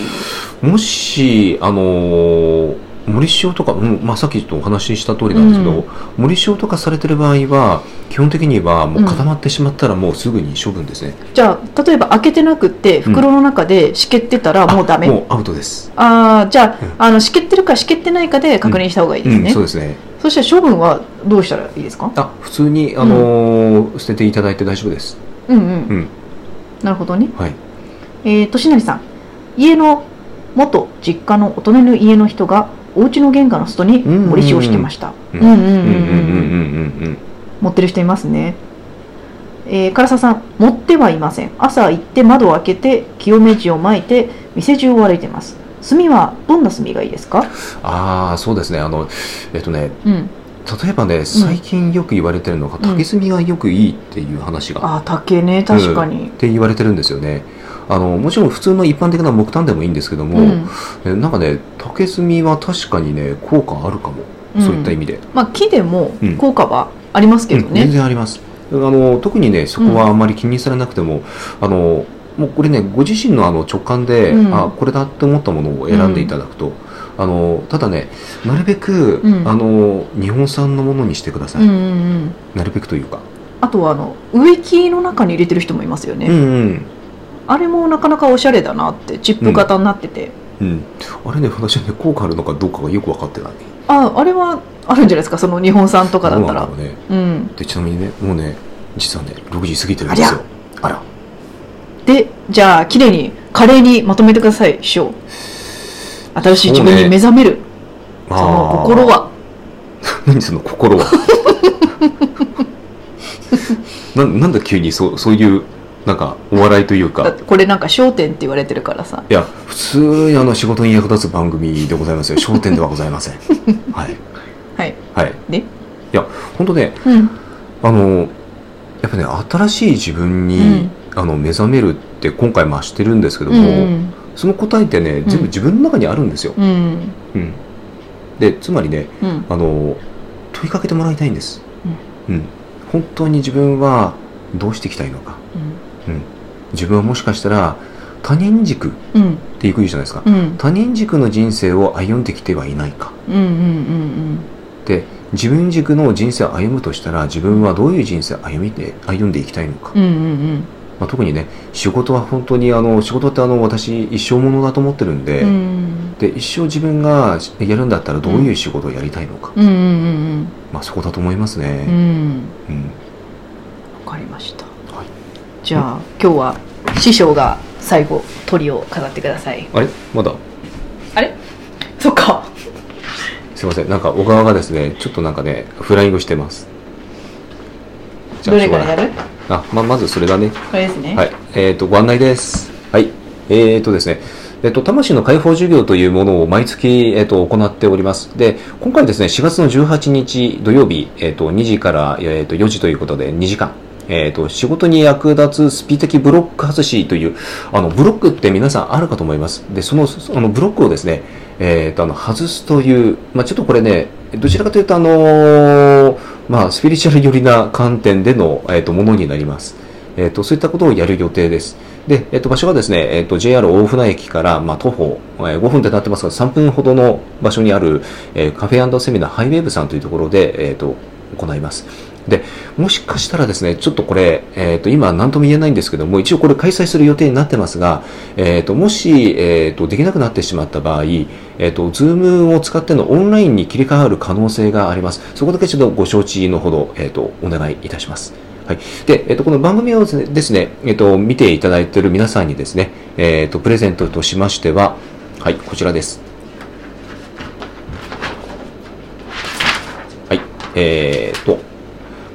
う
もしあのー森塩とか、うんまあ、さっきちょっとお話しした通りなんですけど、
うん
森塩とかされてる場合は基本的にはもう
うん
固まってしまったらもうすぐに処分ですね、
じゃあ例えば開けてなくって袋の中でしけってたら
あ
もうダメ、
もうアウトです
ああじゃ
うん
ああのしけってるかしけってないかで確認した方がいいです
う
ね、
んそうですね
そして処分はどうしたらいいですか
あ普通に、あのー捨てていただいて大丈夫です
うんうん、
うん
なるほどね
はい
えー、としなりさん家の元実家のお隣の家の人がお家の玄関の外に盛り塩をしてましたう
う
んんうんうん
う
うんう
んうん
ん
うんうん
持ってる人いますね。えー、唐沢さん、持ってはいません。朝行って窓を開けて、清め地をまいて、店中を歩いてます。炭はどんな炭がいいですか
ああそうですねあのえっとね
うん。
例えばね最近よく言われてるのが、
ん
竹炭がよくいいっていう話が、っ
あ、竹ね、確かに。
て言われてるんですよねあのもちろん普通の一般的な木炭でもいいんですけども、
うん
えなんかね竹炭は確かにね効果あるかも、
うん
そういった意味で、
まあ、木でも
うん
効果はありますけど
うん全
ね。
然ありますあの特にねそこはあんまり気にされなくても、あのもうこれねご自身のあの直感で、
うん
あこれだって思ったものを選んでいただくと、あのただねなるべく、
うん
あの日本産のものにしてくださ
う
い、
ん、うんうん。
なるべくというか、
あとは、あの、植木の中に入れてる人もいますよね。
うんうん
あれもなかなかおしゃれだなって、チップ型になってて。
うん、あれね私はね効果あるのかどうかがよく分かってない
あ、あれはあるんじゃないですか、その日本産とかだったら
どう。なんだろうね
うん。
でちなみにねもうね実はね6時過ぎてるんですよあら
でじゃあ綺麗に華麗にまとめてください師匠新しい自分に目覚めるそ,、の
あー
心は
何その 心はななんだ急にそうそういうなんかお笑いという
だ
か
ってこれなんか『笑点』って言われてるからさ
いや普通にあの仕事に役立つ番組でございますよ『笑点』ではございま せんはい
はい
はい
で
いや本当ね
うん
あのやっぱね新しい自分に、あの目覚めるって今回増してるんですけど
う
も、
ん
その答えってね全部自分の中にあるんですよ、
うんうん
うんでつまりね
うん
あの問いかけてもらいたいんです、うん本当に自分はどうしていきたいのか自分はもしかしたら他人軸っ
うんうん
ていくじゃないですか、
うん
他人軸の人生を歩んできてはいないか
うんうん
で自分軸の人生を歩むとしたら自分はどういう人生を歩みて歩んでいきたいのか、
うんうんうん
まあ、特にね仕事は本当にあの仕事ってあの私一生ものだと思ってるんで、
うん
で一生自分がやるんだったらどういう仕事をやりたいのか、
うんうんうん
まあ、そこだと思います
う
ね、
ん
うん
わかりました
はい
じゃあ今日は師匠が最後鳥を飾ってください
あれまだ
あれそっか
すいませんなんか小川がですねちょっとなんかねフライングしてます
どれからや
しょう
る
がないあ、まあ、まずそれだね
これですね。
はい。えっ、と、ご案内です。はい。えっ、とですね。えっ、と、魂の解放授業というものを毎月、えっ、と、行っております。で、今回ですね、4月の18日土曜日、えっ、と、2時から、えっ、と、4時ということで、2時間。えっ、と、仕事に役立つスピ的ブロック外しという、あの、ブロックって皆さんあるかと思います。で、その、そのブロックをですね、えっ、と、あの、外すという、まあ、ちょっとこれね、どちらかというと、あのーまあ、スピリチュアル寄りな観点での、えっ、と、ものになります。えー、とそういったことをやる予定です。で、えー、と場所がですね、えー、と JR 大船駅から、まあ、徒歩、えー5分でなってますが、3分ほどの場所にある、えーカフェセミナーハイウェーブさんというところで、えー、と行います。で、もしかしたらですね、ちょっとこれ、えー、と今何とも言えないんですけども、一応これ開催する予定になってますが、えー、ともし、えー、とできなくなってしまった場合、えー、と Zoom を使ってのオンラインに切り替わる可能性があります。そこだけちょっとご承知のほど、えー、とお願いいたします。はい。で、えっと、この番組をですねですね、えっと、見ていただいている皆さんにですね、えっと、プレゼントとしましては、はい、こちらです。はい。えっと、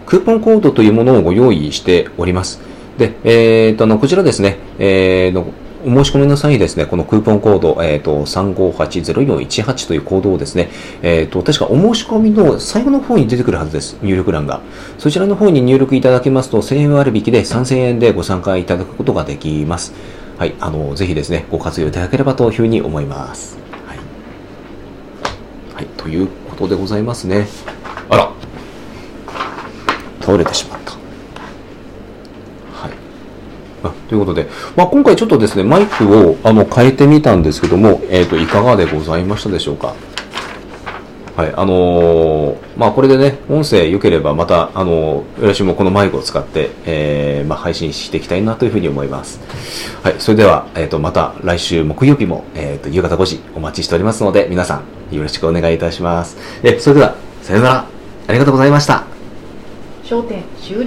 クーポンコードというものをご用意しております。で、えっと、あの、こちらですね、えーの、お申し込みの際にですね、このクーポンコード、えっ、と、3580418というコードをですね、えっ、と、確かお申し込みの最後の方に出てくるはずです。入力欄が。そちらの方に入力いただけますと、1000円割引で3000円でご参加いただくことができます。はい、あの、ぜひですね、ご活用いただければというふうに思います。はい。はい、ということでございますね。あら、倒れてしまった。はい。あということで、まあ、今回ちょっとですね、マイクをあの変えてみたんですけども、えっ、と、いかがでございましたでしょうかはい、あのーまあ、これでね、音声良ければ、また、あのー、私もこのマイクを使って、えーまあ、配信していきたいなというふうに思います。はい、それでは、えっ、と、また来週木曜日も、えっ、と、夕方5時お待ちしておりますので、皆さん、よろしくお願いいたします。え、それでは、さようなら。ありがとうございました。
焦点終了。